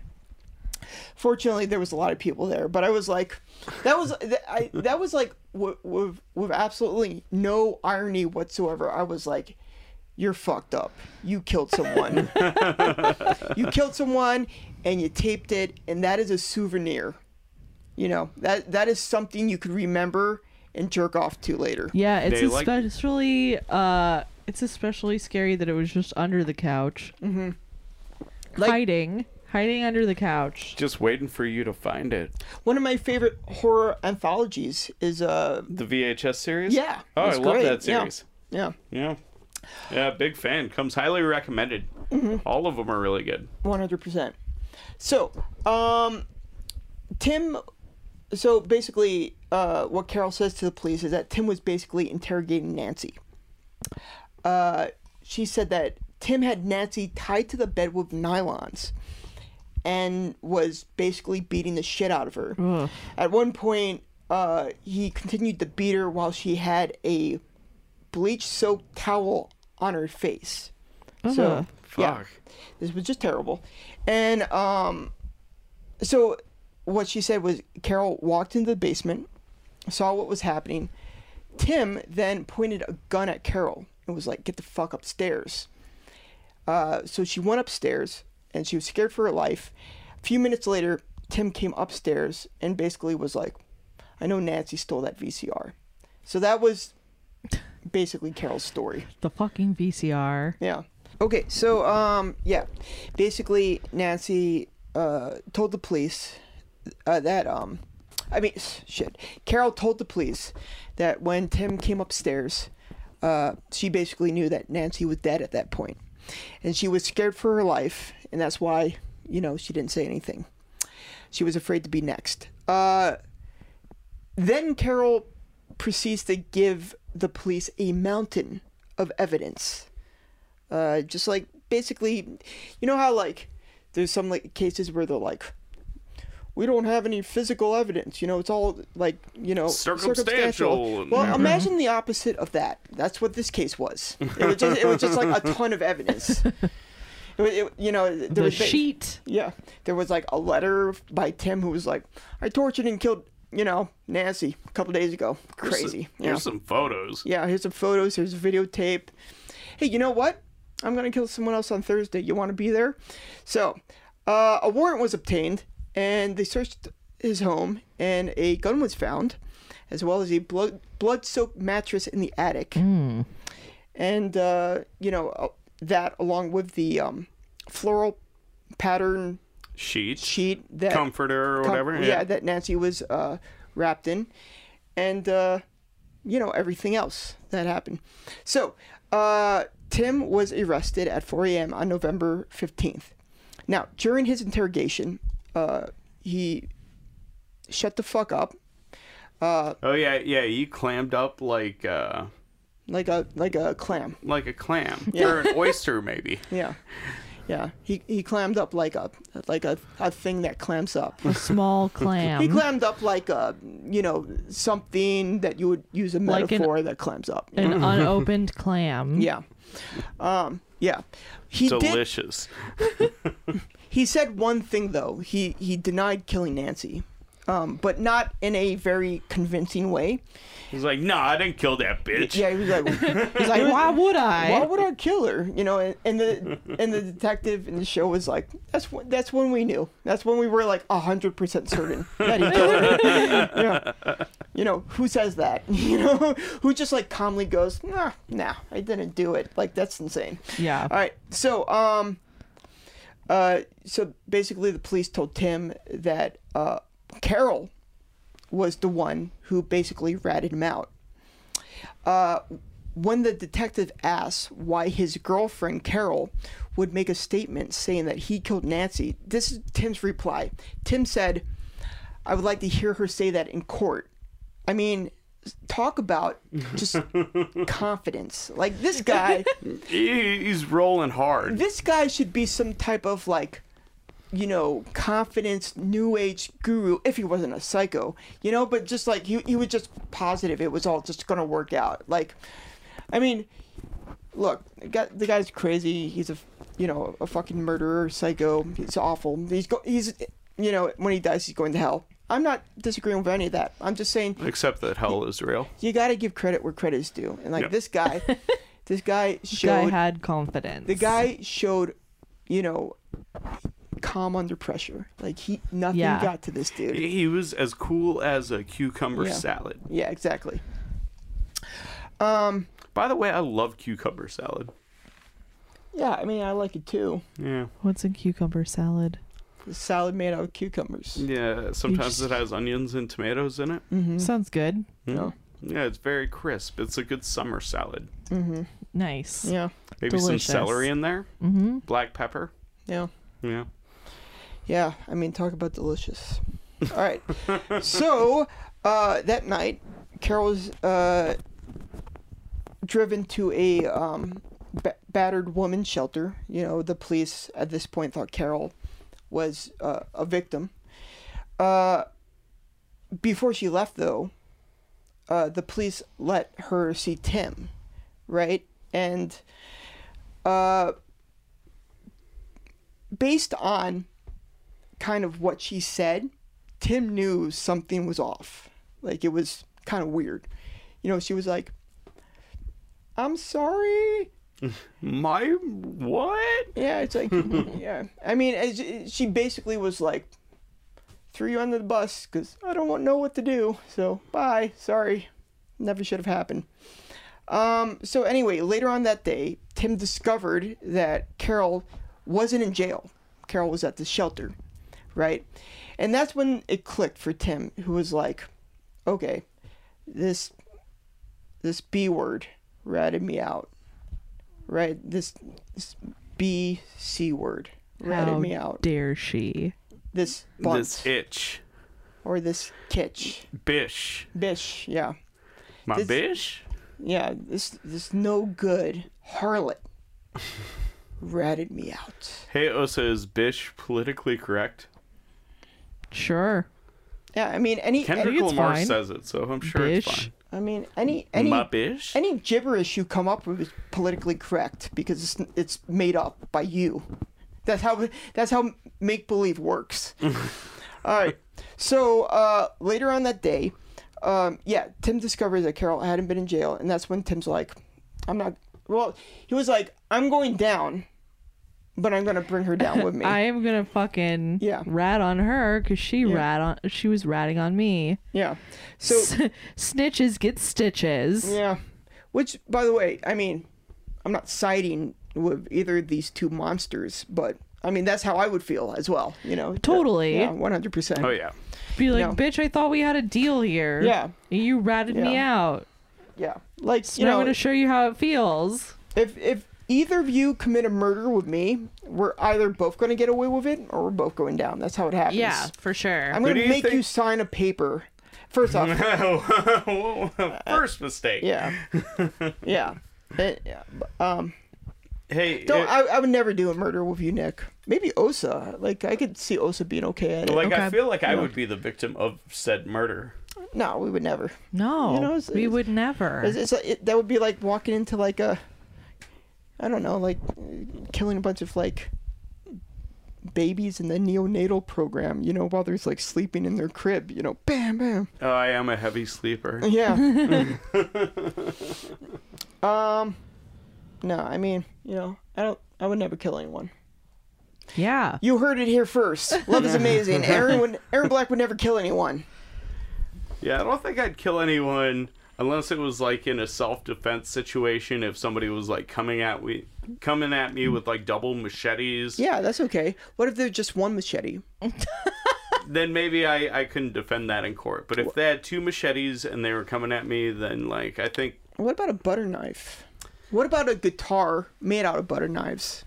S2: fortunately there was a lot of people there but i was like that was th- I, that was like with, with, with absolutely no irony whatsoever i was like you're fucked up you killed someone you killed someone and you taped it and that is a souvenir you know that that is something you could remember and jerk off to later
S4: Yeah, it's
S3: They like-
S4: especially uh it's especially scary that it was just under the couch. Mm-hmm. hiding. Hiding under the couch.
S3: Just waiting for you to find it.
S2: one of my favorite horror anthologies is uh
S3: The VHS series?
S2: yeah
S3: Oh, I
S2: it's
S3: love
S2: great.
S3: that
S2: Yeah.
S3: series.
S2: yeah
S3: Yeah. yeah. big fan. Comes highly recommended.
S2: Mm-hmm.
S3: All of them are really good.
S2: One hundred percent. So, um, Tim. So basically, uh, what Carol says to the police is that Tim was basically interrogating Nancy. Uh, she said that Tim had Nancy tied to the bed with nylons, and was basically beating the shit out of her. At one point, uh, he continued to beat her while she had a bleach-soaked towel on her face. So, yeah
S3: Fuck.
S2: this was just terrible and um so what she said was carol walked into the basement saw what was happening tim then pointed a gun at carol and was like get the fuck upstairs uh, so she went upstairs and she was scared for her life a few minutes later tim came upstairs and basically was like i know nancy stole that vcr so that was basically carol's story
S4: The fucking VCR.
S2: yeah. Okay, so um yeah. Basically Nancy uh told the police uh, that um I mean shit. Carol told the police that when Tim came upstairs, uh she basically knew that Nancy was dead at that point. and she was scared for her life, and that's why you know she didn't say anything. She was afraid to be next. Uh, then Carol proceeds to give the police a mountain of evidence. Uh, just like basically, you know how like there's some like cases where they're like, we don't have any physical evidence. You know, it's all like you know
S3: Circumstantial.
S2: Well, imagine the opposite of that. That's what this case was. It was just, it was just like a ton of evidence. It was, it- you know, there
S4: the
S2: was ba-
S4: sheet.
S2: yeah, there was like a letter by Tim who was like, "I tortured and killed, you know, Nancy a couple days ago. Crazy."
S3: Here's,
S2: yeah.
S3: some photos.
S2: yeah, here's some photos. Here's videotape. Hey, you know what? I'm gonna kill someone else on Thursday. You want to be there? So, uh, a warrant was obtained, and they searched his home, and a gun was found, as well as a blood blood-soaked mattress in the attic
S3: Mm.
S2: and uh, you know uh, that along with the um, floral pattern
S3: Sheet.
S2: sheet that
S3: Comforter or
S2: com-
S3: whatever.
S2: yeah. that Nancy was uh, wrapped in, and uh, you know everything else that happened. So uh, Tim was arrested at 4 a.m. on November 15th. Now during his interrogation, uh, he shut the fuck up uh,
S3: Oh yeah, yeah. You clammed up like uh
S2: like a like a clam.
S3: like a clam or an oyster maybe.
S2: Yeah. Yeah, he, he clammed up like a like a, a thing that clamps up.
S4: A small clam.
S2: He clammed up like a, you know, something that you would use a
S4: Like an-
S2: metaphor that clams up.
S4: an unopened clam.
S2: Yeah. Um, yeah. He did.
S3: Delicious.
S2: He said one thing though. He he denied killing Nancy, um, but not in a very convincing way.
S3: He's like, no, I didn't kill that bitch.
S2: Yeah, he was like, he's like,
S4: Why
S2: why,
S4: would I?
S2: why would I kill her? You know, and, and the and the detective in the show was like, that's when that's when we knew. That's when we were like hundred percent certain that he killed her. yeah. You know, who says that? You know, who just like calmly goes, nah, nah, I didn't do it. Like that's insane.
S4: Yeah.
S2: All right. So, um, uh, so basically, the police told Tim that uh, Carol was the one who basically ratted him out. Uh, when the detective asked why his girlfriend Carol would make a statement saying that he killed Nancy, this is Tim's reply. Tim said, "I would like to hear her say that in court." I mean, talk about just confidence. Like this guy
S3: He- he's rolling hard.
S2: this guy should be some type of like you know confidence new age guru if he wasn't a psycho you know but just like he, he was just positive it was all just gonna work out like i mean look the guy, the guy's crazy he's a you know a fucking murderer psycho he's awful he's go, he's you know when he dies he's going to hell i'm not disagreeing with any of that i'm just saying
S3: Except that hell is real.
S2: you gotta give credit where credit is due and like
S3: Yeah.
S2: this guy this
S4: The guy
S2: guy showed
S4: had confidence.
S2: the guy showed, you know, calm under pressure. Like he nothing
S4: Yeah.
S2: got to this dude.
S3: He was as cool as a cucumber
S2: Yeah.
S3: salad.
S2: Yeah, exactly. Um,
S3: By the way, I love cucumber salad.
S2: Yeah, I mean I like it too.
S3: Yeah.
S4: What's in cucumber salad?
S2: The salad made out of cucumbers.
S3: Yeah. Sometimes
S4: just-
S3: it has onions and tomatoes in it.
S2: Mm.
S4: Sounds good.
S2: Yeah.
S3: Yeah, it's very crisp. It's a good summer salad.
S4: Nice.
S2: Yeah.
S3: Maybe
S4: Delicious.
S3: some celery in there.
S4: Mm-hmm.
S3: Black pepper.
S2: Yeah.
S3: Yeah.
S2: Yeah, I mean talk about delicious. All right. so, uh that night Carol's uh driven to a um ba- battered woman shelter. You know, the police at this point thought Carol was uh, a victim. Uh, before she left, though, uh, the police let her see Tim, right? And uh, based on kind of what she said, Tim knew something was off. Like it was kind of weird. You know, she was like, I'm sorry.
S3: My what?
S2: Yeah, it's like, yeah. I mean, as- as she basically was like, threw you under the bus because I don't want, know what to do. So bye. Sorry. Never should have happened. Um, so anyway, later on that day, Tim discovered that Carol wasn't in jail. Carol was at the shelter, right? And that's when it clicked for Tim, who was like, okay, this this B word ratted me out, right? This, this B C word ratted
S4: How
S2: me out.
S4: dare she?
S2: This
S3: This
S2: bunt
S3: itch.
S2: or this kitch,
S3: Bish.
S2: bish, yeah,
S3: My
S2: This-
S3: bish?
S2: yeah. This this no good harlot ratted me out.
S3: Hey, Osa, is bish politically correct?
S4: Sure.
S2: Yeah, I mean any,
S3: Kendrick
S4: it's
S3: Lamar
S4: fine.
S3: says it, so I'm sure it's
S4: Bish.
S3: fine.
S2: I mean any any
S3: My bish?
S2: any gibberish you come up with is politically correct because it's, it's made up by you. That's how that's how make believe works. All right. So uh, later on that day, um, yeah, Tim discovers that Carol hadn't been in jail, and that's when Tim's like, "I'm not." Well, he was like, "I'm going down, but I'm gonna bring her down with me."
S4: I am gonna fucking
S2: Eh. Yeah.
S4: rat on her because she rat on she was ratting on me.
S2: yeah. So
S4: snitches get stitches.
S2: Yeah. Which, by the way, I mean, I'm not siding with either of these two monsters, but I mean, that's how I would feel as well, you know?
S4: Totally.
S2: Yeah, 100%.
S3: Oh, yeah.
S4: Be like,
S2: No.
S4: bitch, I thought we had a deal here.
S2: Yeah.
S4: You ratted me
S2: Yeah.
S4: out.
S2: Yeah. Like,
S4: So
S2: you
S4: now I'm
S2: know,
S4: gonna show you how it feels.
S2: if, if either of you commit a murder with me, we're either both going to get away with it or we're both going down. That's how it happens.
S4: Yeah, for sure.
S2: I'm
S3: Who
S2: going
S3: do
S2: to
S3: you
S2: make you
S3: think-
S2: sign a paper. First off,
S3: First mistake.
S2: yeah. Yeah. Eh, yeah. Um,
S3: Hey,
S2: don't,
S3: it-
S2: I, I would never do a murder with you, Nick. Maybe Osa. Like, I could see Osa being okay at it.
S3: like I
S4: Okay.
S3: feel like I would be the victim of said murder.
S2: No, we would never.
S4: no,
S2: You know, it's-
S4: we
S2: it's-
S4: would never.
S2: It's, it's like, it, that would be like walking into like a, I don't know, like uh, killing a bunch of like babies in the neonatal program, you know, while there's like sleeping in their crib, you know, bam, bam.
S3: Oh, I am a heavy sleeper.
S2: Yeah. um, no, I mean, you know, I don't, I would never kill anyone.
S4: yeah.
S2: You heard it here first. Love is amazing. Aaron, would, Aaron Black would never kill anyone.
S3: Yeah, I don't think I'd kill anyone unless it was like in a self-defense situation. If somebody was like coming at we coming at me with like double machetes,
S2: Yeah, that's okay. What if there's just one machete?
S3: then maybe I I couldn't defend that in court. But if they had two machetes and they were coming at me, then like I think
S2: What about a butter knife? What about a guitar made out of butter knives?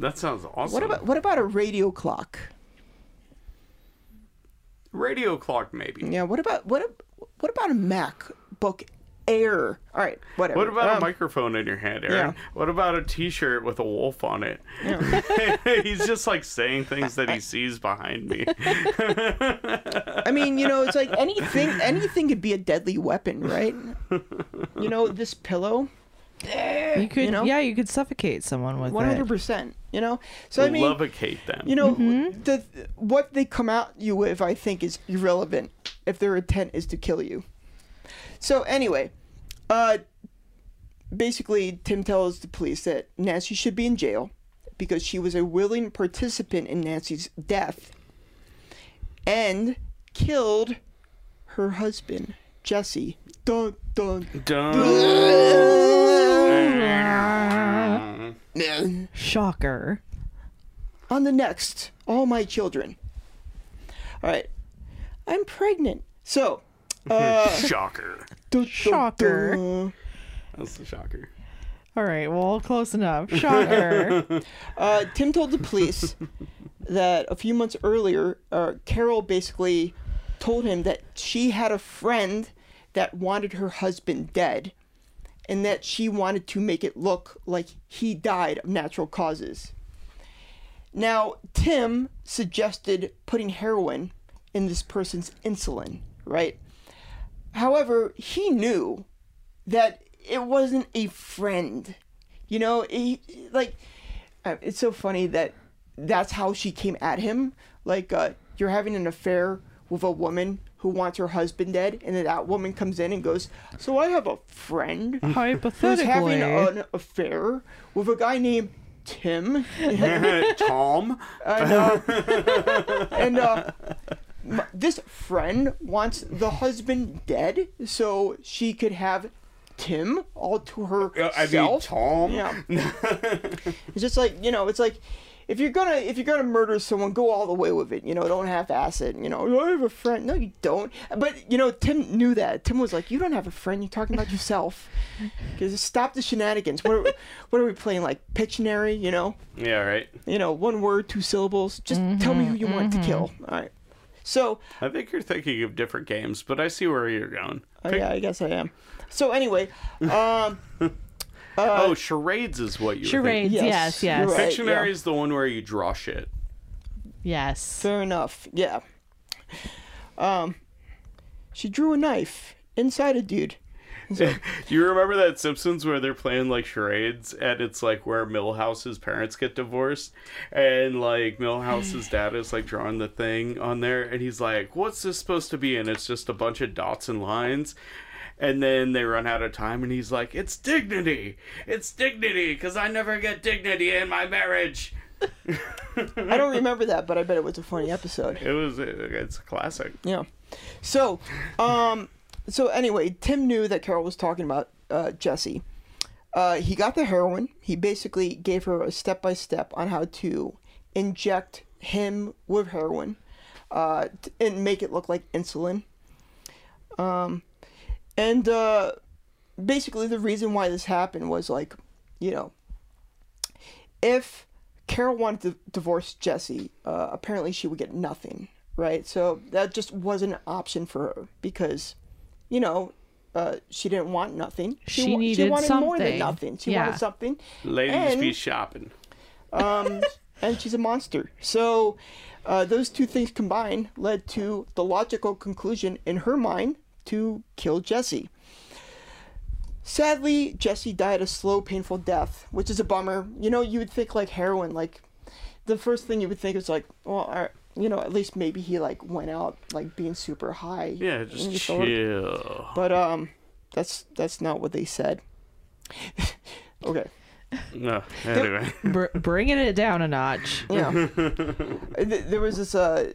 S3: that sounds awesome.
S2: What about what about a radio clock?
S3: radio clock? Maybe.
S2: Yeah. What about what a- what about a MacBook Air? All right. Whatever.
S3: What about
S2: Um,
S3: a microphone in your hand, Aaron?
S2: yeah.
S3: What about a T-shirt with a wolf on it? He's just like saying things that he sees behind me.
S2: I mean, you know, it's like anything anything could be a deadly weapon, right? you know, this pillow,
S4: You could,
S2: know?
S4: yeah, you could suffocate someone with
S2: one hundred
S4: it.
S2: percent. You know, so I mean,
S3: Lovecate them.
S2: you know, the what they come at you with, I think, is irrelevant if their intent is to kill you. So anyway, uh, basically, Tim tells the police that Nancy should be in jail because she was a willing participant in Nancy's death and killed her husband, Jesse. Dun dun.
S3: Dun.
S4: Shocker.
S2: on the next all my children all right i'm pregnant so
S3: shocker.
S2: duh, duh,
S4: Shocker.
S2: duh.
S3: That's the shocker.
S4: All right, well, close enough. Shocker.
S2: Uh, tim told the police that a few months earlier uh, carol basically told him that she had a friend that wanted her husband dead and that she wanted to make it look like he died of natural causes now tim suggested putting heroin in this person's insulin right However, he knew that it wasn't a friend. You know, he, like, uh, it's so funny that that's how she came at him. Like, uh, you're having an affair with a woman who wants her husband dead, and then that woman comes in and goes, So I have a friend who's
S4: Hypothetically,
S2: having an affair with a guy named Tim.
S3: Tom?
S2: and uh, and uh, m- this friend wants the husband dead so she could have Tim all to
S3: Uh, I mean,
S2: herself.
S3: Tom?
S2: yeah, it's just like you know, it's like if you're gonna if you're gonna murder someone, go all the way with it. You know, don't half ass it. You know, "Oh, I have a friend. No, you don't. But you know, Tim knew that. Tim was like, "You don't have a friend. You're talking about yourself." Because stop the shenanigans. What are, we- what are we playing like Pictionary? You know,
S3: Yeah, right.
S2: you know, one word, two syllables. Just tell me who you want to kill. All right. So
S3: I think you're thinking of different games, but I see where you're going.
S2: uh,
S3: Pick-
S2: yeah, I guess I am. So anyway, um,
S3: oh, charades is what you were
S4: Charades.
S2: Yes,
S4: Yes, yes.
S2: you're
S3: thinking.
S2: right.
S3: Pictionary
S2: yeah.
S3: is the one where you draw shit.
S4: Yes.
S2: fair enough. Yeah. Um, she drew a knife inside a dude.
S3: you remember that Simpsons where they're playing like charades and it's like where Millhouse's parents get divorced and like Millhouse's dad is like drawing the thing on there and he's like, What's this supposed to be? And it's just a bunch of dots and lines. And then they run out of time and he's like, It's dignity. It's dignity because I never get dignity in my marriage.
S2: I don't remember that, but I bet it was a funny episode.
S3: It was, uh, it's a classic.
S2: Yeah. So, um, so anyway, Tim knew that Carol was talking about uh, Jesse. Uh, he got the heroin. He basically gave her a step by step on how to inject him with heroin uh, t- and make it look like insulin. Um, and uh, basically, the reason why this happened was like, you know, if Carol wanted to divorce Jesse, uh, apparently she would get nothing, right? So that just wasn't an option for her because, you know, uh, she didn't want nothing.
S4: She
S2: wa-
S4: needed
S2: she wanted more than
S4: something.
S2: nothing. She
S4: Yeah.
S2: wanted something.
S3: Ladies
S2: and,
S3: be shopping.
S2: um, and she's a monster. So uh, those two things combined led to the logical conclusion in her mind to kill Jesse. Sadly, Jesse died a slow, painful death, which is a bummer. You know, you would think like heroin, like the first thing you would think is like, well, all right, you know, at least maybe he like went out like being super high.
S3: Yeah,
S2: and
S3: just
S2: you thought-
S3: chill.
S2: But um, that's that's not what they said. okay.
S3: No, anyway.
S4: Br- bringing it down a notch.
S2: Yeah. Th- there was this uh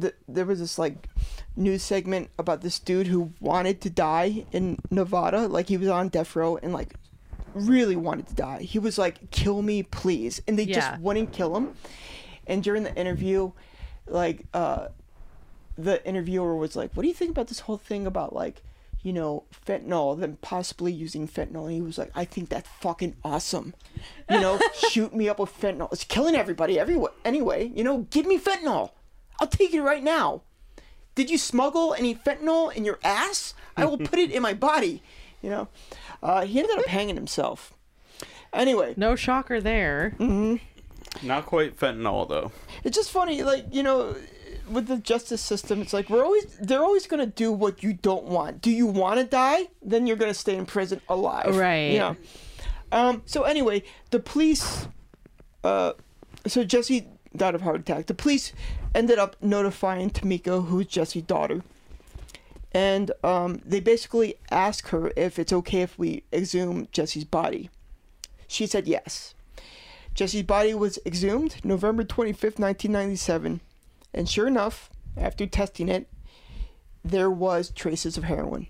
S2: th- there was this like news segment about this dude who wanted to die in Nevada, like he was on death row and like really wanted to die. He was like kill me please and they
S4: Yeah.
S2: just wouldn't kill him. And during the interview like uh the interviewer was like, "What do you think about this whole thing about like, you know, fentanyl, then possibly using fentanyl?" And he was like, "I think that's fucking awesome. You know, shoot me up with fentanyl. It's killing everybody everywhere. Anyway, you know, give me fentanyl. I'll take it right now. Did you smuggle any fentanyl in your ass? I will put it in my body. You know, uh, he ended up hanging himself. Anyway,
S4: No shocker there.
S2: Mm.
S3: Not quite fentanyl, though.
S2: it's just funny like you know with the justice system it's like we're always they're always going to do what you don't want do you want to die then you're going to stay in prison alive
S4: Right.
S2: yeah um so anyway the police uh so jesse died of heart attack the police ended up notifying tamiko who's jesse's daughter and um, they basically ask her if it's okay if we exhume jesse's body she said yes Jesse's body was exhumed November 25th, 1997. And sure enough, after testing it, there was traces of heroin.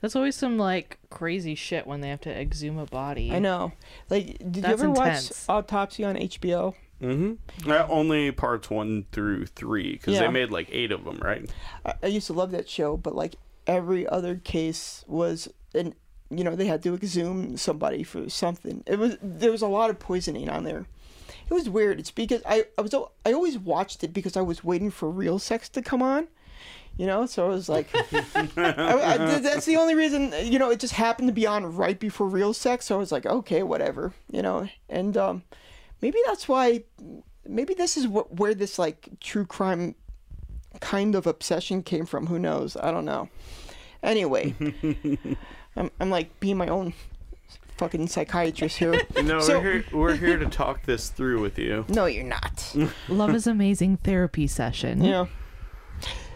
S4: That's always some like crazy shit when they have to exhume a body.
S2: I know. Like, did
S4: That's
S2: you ever
S4: intense.
S2: watch Autopsy on HBO?
S3: Mm-hmm. Uh, only parts one through three, because they
S2: Yeah.
S3: made like eight of them, right?
S2: I, I used to love that show, but like every other case was an you know, they had to exhume somebody for something. It was there was a lot of poisoning on there. It was weird. It's because I, I was al- I always watched it because I was waiting for real sex to come on. You know, so I was like, I, I, th- that's the only reason. You know, it just happened to be on right before real sex, so I was like, okay, whatever. You know, and um, maybe that's why. Maybe this is wh- where this like true crime kind of obsession came from. Who knows? I don't know. Anyway, I'm, I'm like being my own fucking psychiatrist here.
S3: No,
S2: So-
S3: we're here. We're here to talk this through with you.
S2: No, you're not.
S4: Love is amazing therapy session.
S2: Mm-hmm. Yeah.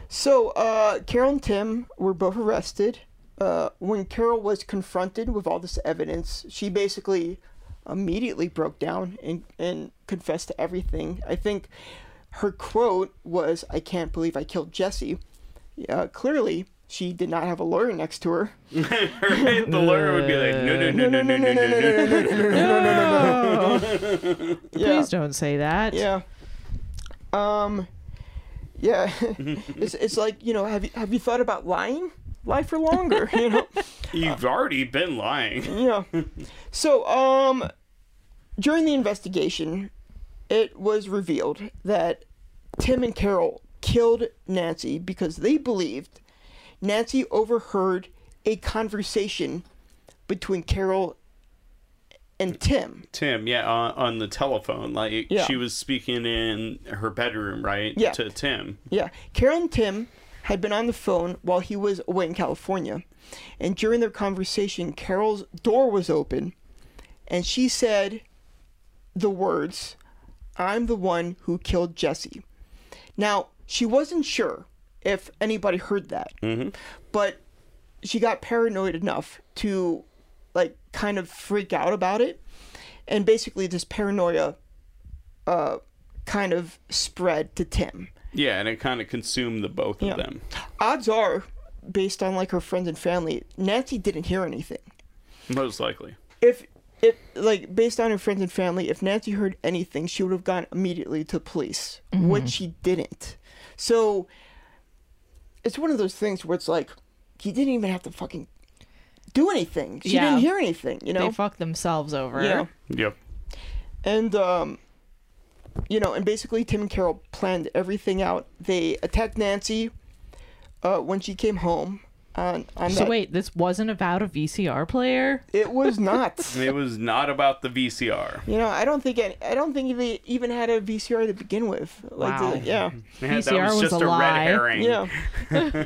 S2: So, uh, Carol and Tim were both arrested. Uh, when Carol was confronted with all this evidence, she basically immediately broke down and, and confessed to everything. I think her quote was, I can't believe I killed Jesse. Uh, clearly, she did not have a lawyer next to her.
S3: right? The lawyer would be like, no, no, no, no, no, no, no, no.
S4: No!
S2: Yeah.
S4: Please don't say that.
S2: Yeah. Um. Yeah. it's it's like you know have you have you thought about lying? Lie for longer. you know.
S3: You've already been lying.
S2: Yeah. So um, during the investigation, it was revealed that Tim and Carol killed Nancy because they believed Nancy overheard a conversation between Carol and Tim.
S3: Tim, yeah, on, on the telephone, like
S2: Yeah.
S3: she was speaking in her bedroom, right?
S2: Yeah.
S3: To Tim.
S2: Yeah. Carol and Tim had been on the phone while he was away in California. And during their conversation, Carol's door was open and she said the words, I'm the one who killed Jesse. Now, she wasn't sure if anybody heard that, but she got paranoid enough to, like, kind of freak out about it. And basically, this paranoia uh, kind of spread to Tim
S3: Yeah, and it kind of consumed the both
S2: Yeah.
S3: of them.
S2: odds are, based on like her friends and family, Nancy didn't hear anything.
S3: Most likely.
S2: If if like based on her friends and family, if Nancy heard anything, she would have gone immediately to police,
S4: Mm-hmm.
S2: which she didn't. So it's one of those things where it's like he didn't even have to fucking do anything. She
S4: Yeah.
S2: didn't hear anything, you know.
S4: They fuck themselves over.
S2: yeah.
S3: Yep.
S2: And um you know, and basically Tim and Carol planned everything out. They attacked Nancy uh, when she came home on on
S4: So
S2: that
S4: wait, this wasn't about a VCR player?
S2: It was not.
S3: It was not about the VCR.
S2: you know, I don't think any, I don't think they even had a VCR to begin with. Like,
S4: Wow.
S2: the- yeah,
S3: Man,
S4: VCR
S3: that was
S4: was
S3: just
S4: a
S3: a, red
S4: lie.
S3: herring.
S2: yeah.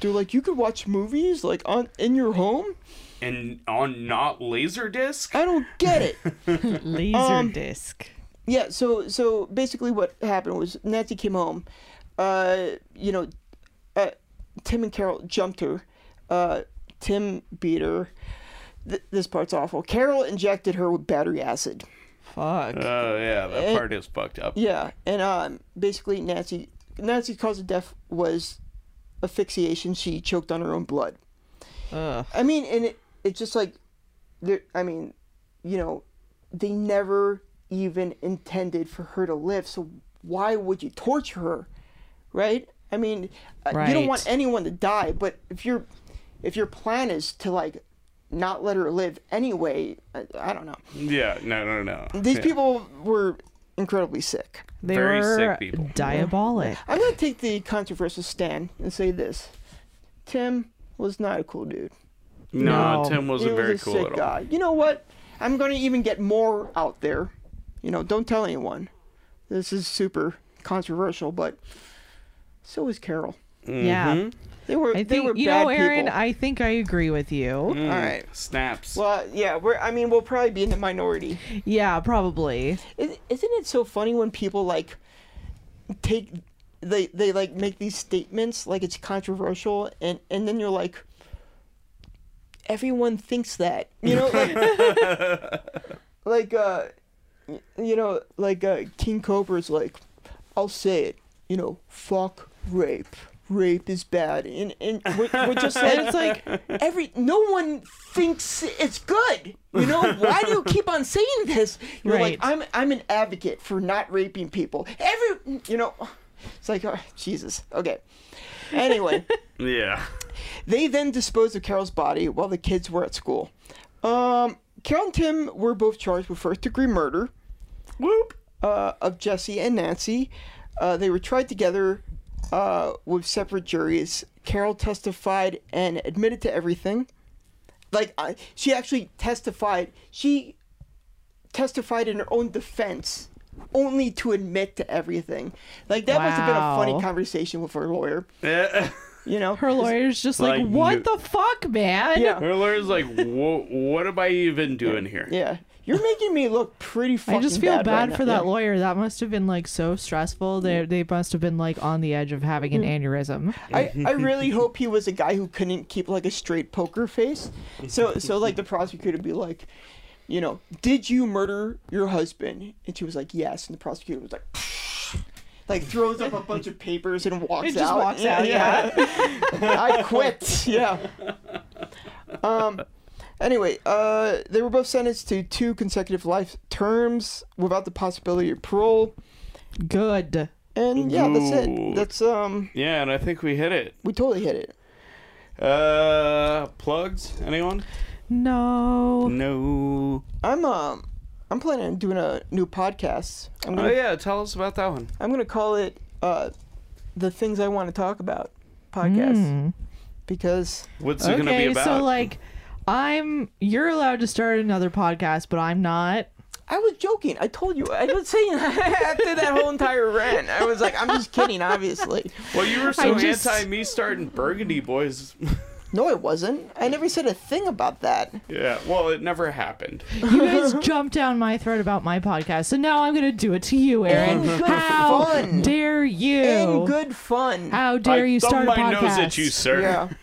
S2: They're like, you could watch movies like on in your home.
S3: And on not Laserdisc?
S2: I don't get it.
S4: Laser
S2: Um,
S4: disc.
S2: yeah. So so basically, what happened was Nancy came home. Uh, you know, uh, Tim and Carol jumped her. Uh, Tim beat her. Th- this part's awful. Carol injected her with battery acid.
S4: Fuck.
S3: Oh, yeah, that part is fucked up.
S2: Yeah, and um, basically Nancy Nancy's cause of death was asphyxiation. She choked on her own blood.
S4: Ugh.
S2: I mean, and it, it's just like, there. I mean, you know, they never even intended for her to live. So why would you torture her, right? I mean, uh you don't want
S4: Right.
S2: anyone to die, but if your if your plan is to like not let her live anyway, I, I don't know.
S3: Yeah, no, no, no.
S2: These
S3: Yeah.
S2: people were incredibly sick.
S4: They
S3: Very
S4: were
S3: sick people.
S4: diabolic.
S2: I'm gonna take the controversial stand and say this: Tim was not a cool dude.
S3: No,
S4: No.
S3: Tim wasn't
S2: he
S3: very
S2: was a
S3: cool
S2: sick
S3: at all.
S2: guy. You know what? I'm gonna even get more out there. You know, don't tell anyone. This is super controversial, but so was Carol.
S4: Yeah.
S2: Mm-hmm. They were
S4: I
S2: they were
S4: think you
S2: bad
S4: know, Aaron,
S2: people.
S4: I think I agree with you.
S3: Mm,
S2: All right.
S3: Snaps.
S2: Well, yeah, we're. I mean, we'll probably be in the minority.
S4: Yeah, probably.
S2: Is, isn't it so funny when people like take they they like make these statements like it's controversial and and then you're like everyone thinks that you know like like uh y- you know like uh King Cobra's like I'll say it you know fuck rape rape is bad and and we're, we're just like
S4: It's like
S2: every no one thinks it's good. You know, why do you keep on saying this? You're
S4: Right.
S2: like, I'm I'm an advocate for not raping people. Every you know, it's like oh, Jesus. Okay. Anyway,
S3: Yeah.
S2: they then disposed of Carol's body while the kids were at school. Um, Carol and Tim were both charged with first degree murder
S3: Whoop.
S2: uh, of Jesse and Nancy. Uh, they were tried together uh, with separate juries. Carol testified and admitted to everything. Like I, she actually testified. She testified in her own defense, only to admit to everything. Like that must have been a
S4: Wow.
S2: funny conversation with her lawyer.
S3: Yeah.
S2: You know,
S4: her lawyer's just like,
S3: Like,
S4: what
S3: you-
S4: the fuck, man?
S2: Yeah.
S3: Her lawyer's like, "Wha- what am I even doing here?
S2: yeah, you're making me look pretty. Fucking
S4: I just feel bad,
S2: right
S4: for
S2: now.
S4: that
S2: Yeah. Mm.
S4: lawyer. That must have been like so stressful. They they must have been like on the edge of having an aneurysm.
S2: I, I really hope he was a guy who couldn't keep like a straight poker face. So so like the prosecutor would be like, you know, did you murder your husband? And she was like, yes. And the prosecutor was like, like throws up a bunch of papers and walks
S4: It just
S2: out.
S4: walks out, yeah.
S2: yeah. I quit. Yeah. Um. Anyway, uh, they were both sentenced to two consecutive life terms without the possibility of parole.
S4: Good.
S2: And yeah, that's
S3: Ooh.
S2: it. That's um,
S3: Yeah, and I think we hit it.
S2: we totally hit it.
S3: Uh, plugs? Anyone?
S4: No.
S3: No.
S2: I'm um, I'm planning on doing a new podcast. I'm
S3: Oh
S2: gonna,
S3: yeah, tell us about that one.
S2: I'm gonna call it uh, the things I want to talk about podcast
S3: Hmm.
S4: Mm.
S2: because
S3: What's it gonna be
S4: Okay,
S3: about?
S4: so like I'm you're allowed to start another podcast, but I'm not.
S2: I was joking. I told you. I was saying after that whole entire rant, I was like, I'm just kidding, obviously.
S3: well, you were so
S4: I just-
S3: anti me starting Burgundy Boys.
S2: No, it wasn't. I never said a thing about that.
S3: yeah. Well, it never happened.
S4: You guys jumped down my throat about my podcast, so now I'm gonna do it to you, Aaron.
S2: And good
S4: How
S2: fun.
S4: dare you?
S2: And good fun.
S4: How dare
S3: I
S4: you
S3: thumb
S4: start a
S3: my
S4: podcast?
S3: nose at you, sir.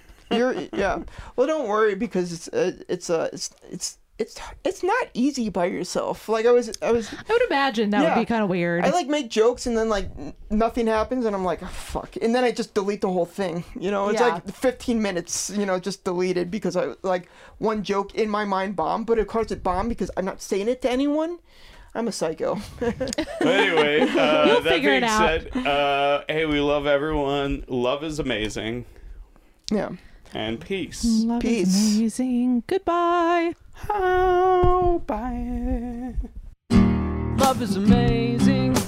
S2: Yeah. You're yeah. Well, don't worry because it's uh, it's uh, it's it's it's it's not easy by yourself. Like I was I was
S4: I would imagine that
S2: Yeah.
S4: would be kind of weird.
S2: I like make jokes and then like n- nothing happens and I'm like "Oh, fuck and then I just delete the whole thing. You know, it's
S4: Yeah.
S2: like 15 minutes. You know, just deleted because I like one joke in my mind bombed, but of course it bombed because I'm not saying it to anyone. I'm a psycho.
S3: But anyway, uh,
S4: You'll
S3: that
S4: figure it
S3: being
S4: out.
S3: said, uh, hey, we love everyone. Love is amazing,
S2: yeah.
S3: and peace.
S4: Love
S2: Peace.
S4: is amazing. Goodbye.
S3: Oh, bye.
S1: Love is amazing.
S4: Oh,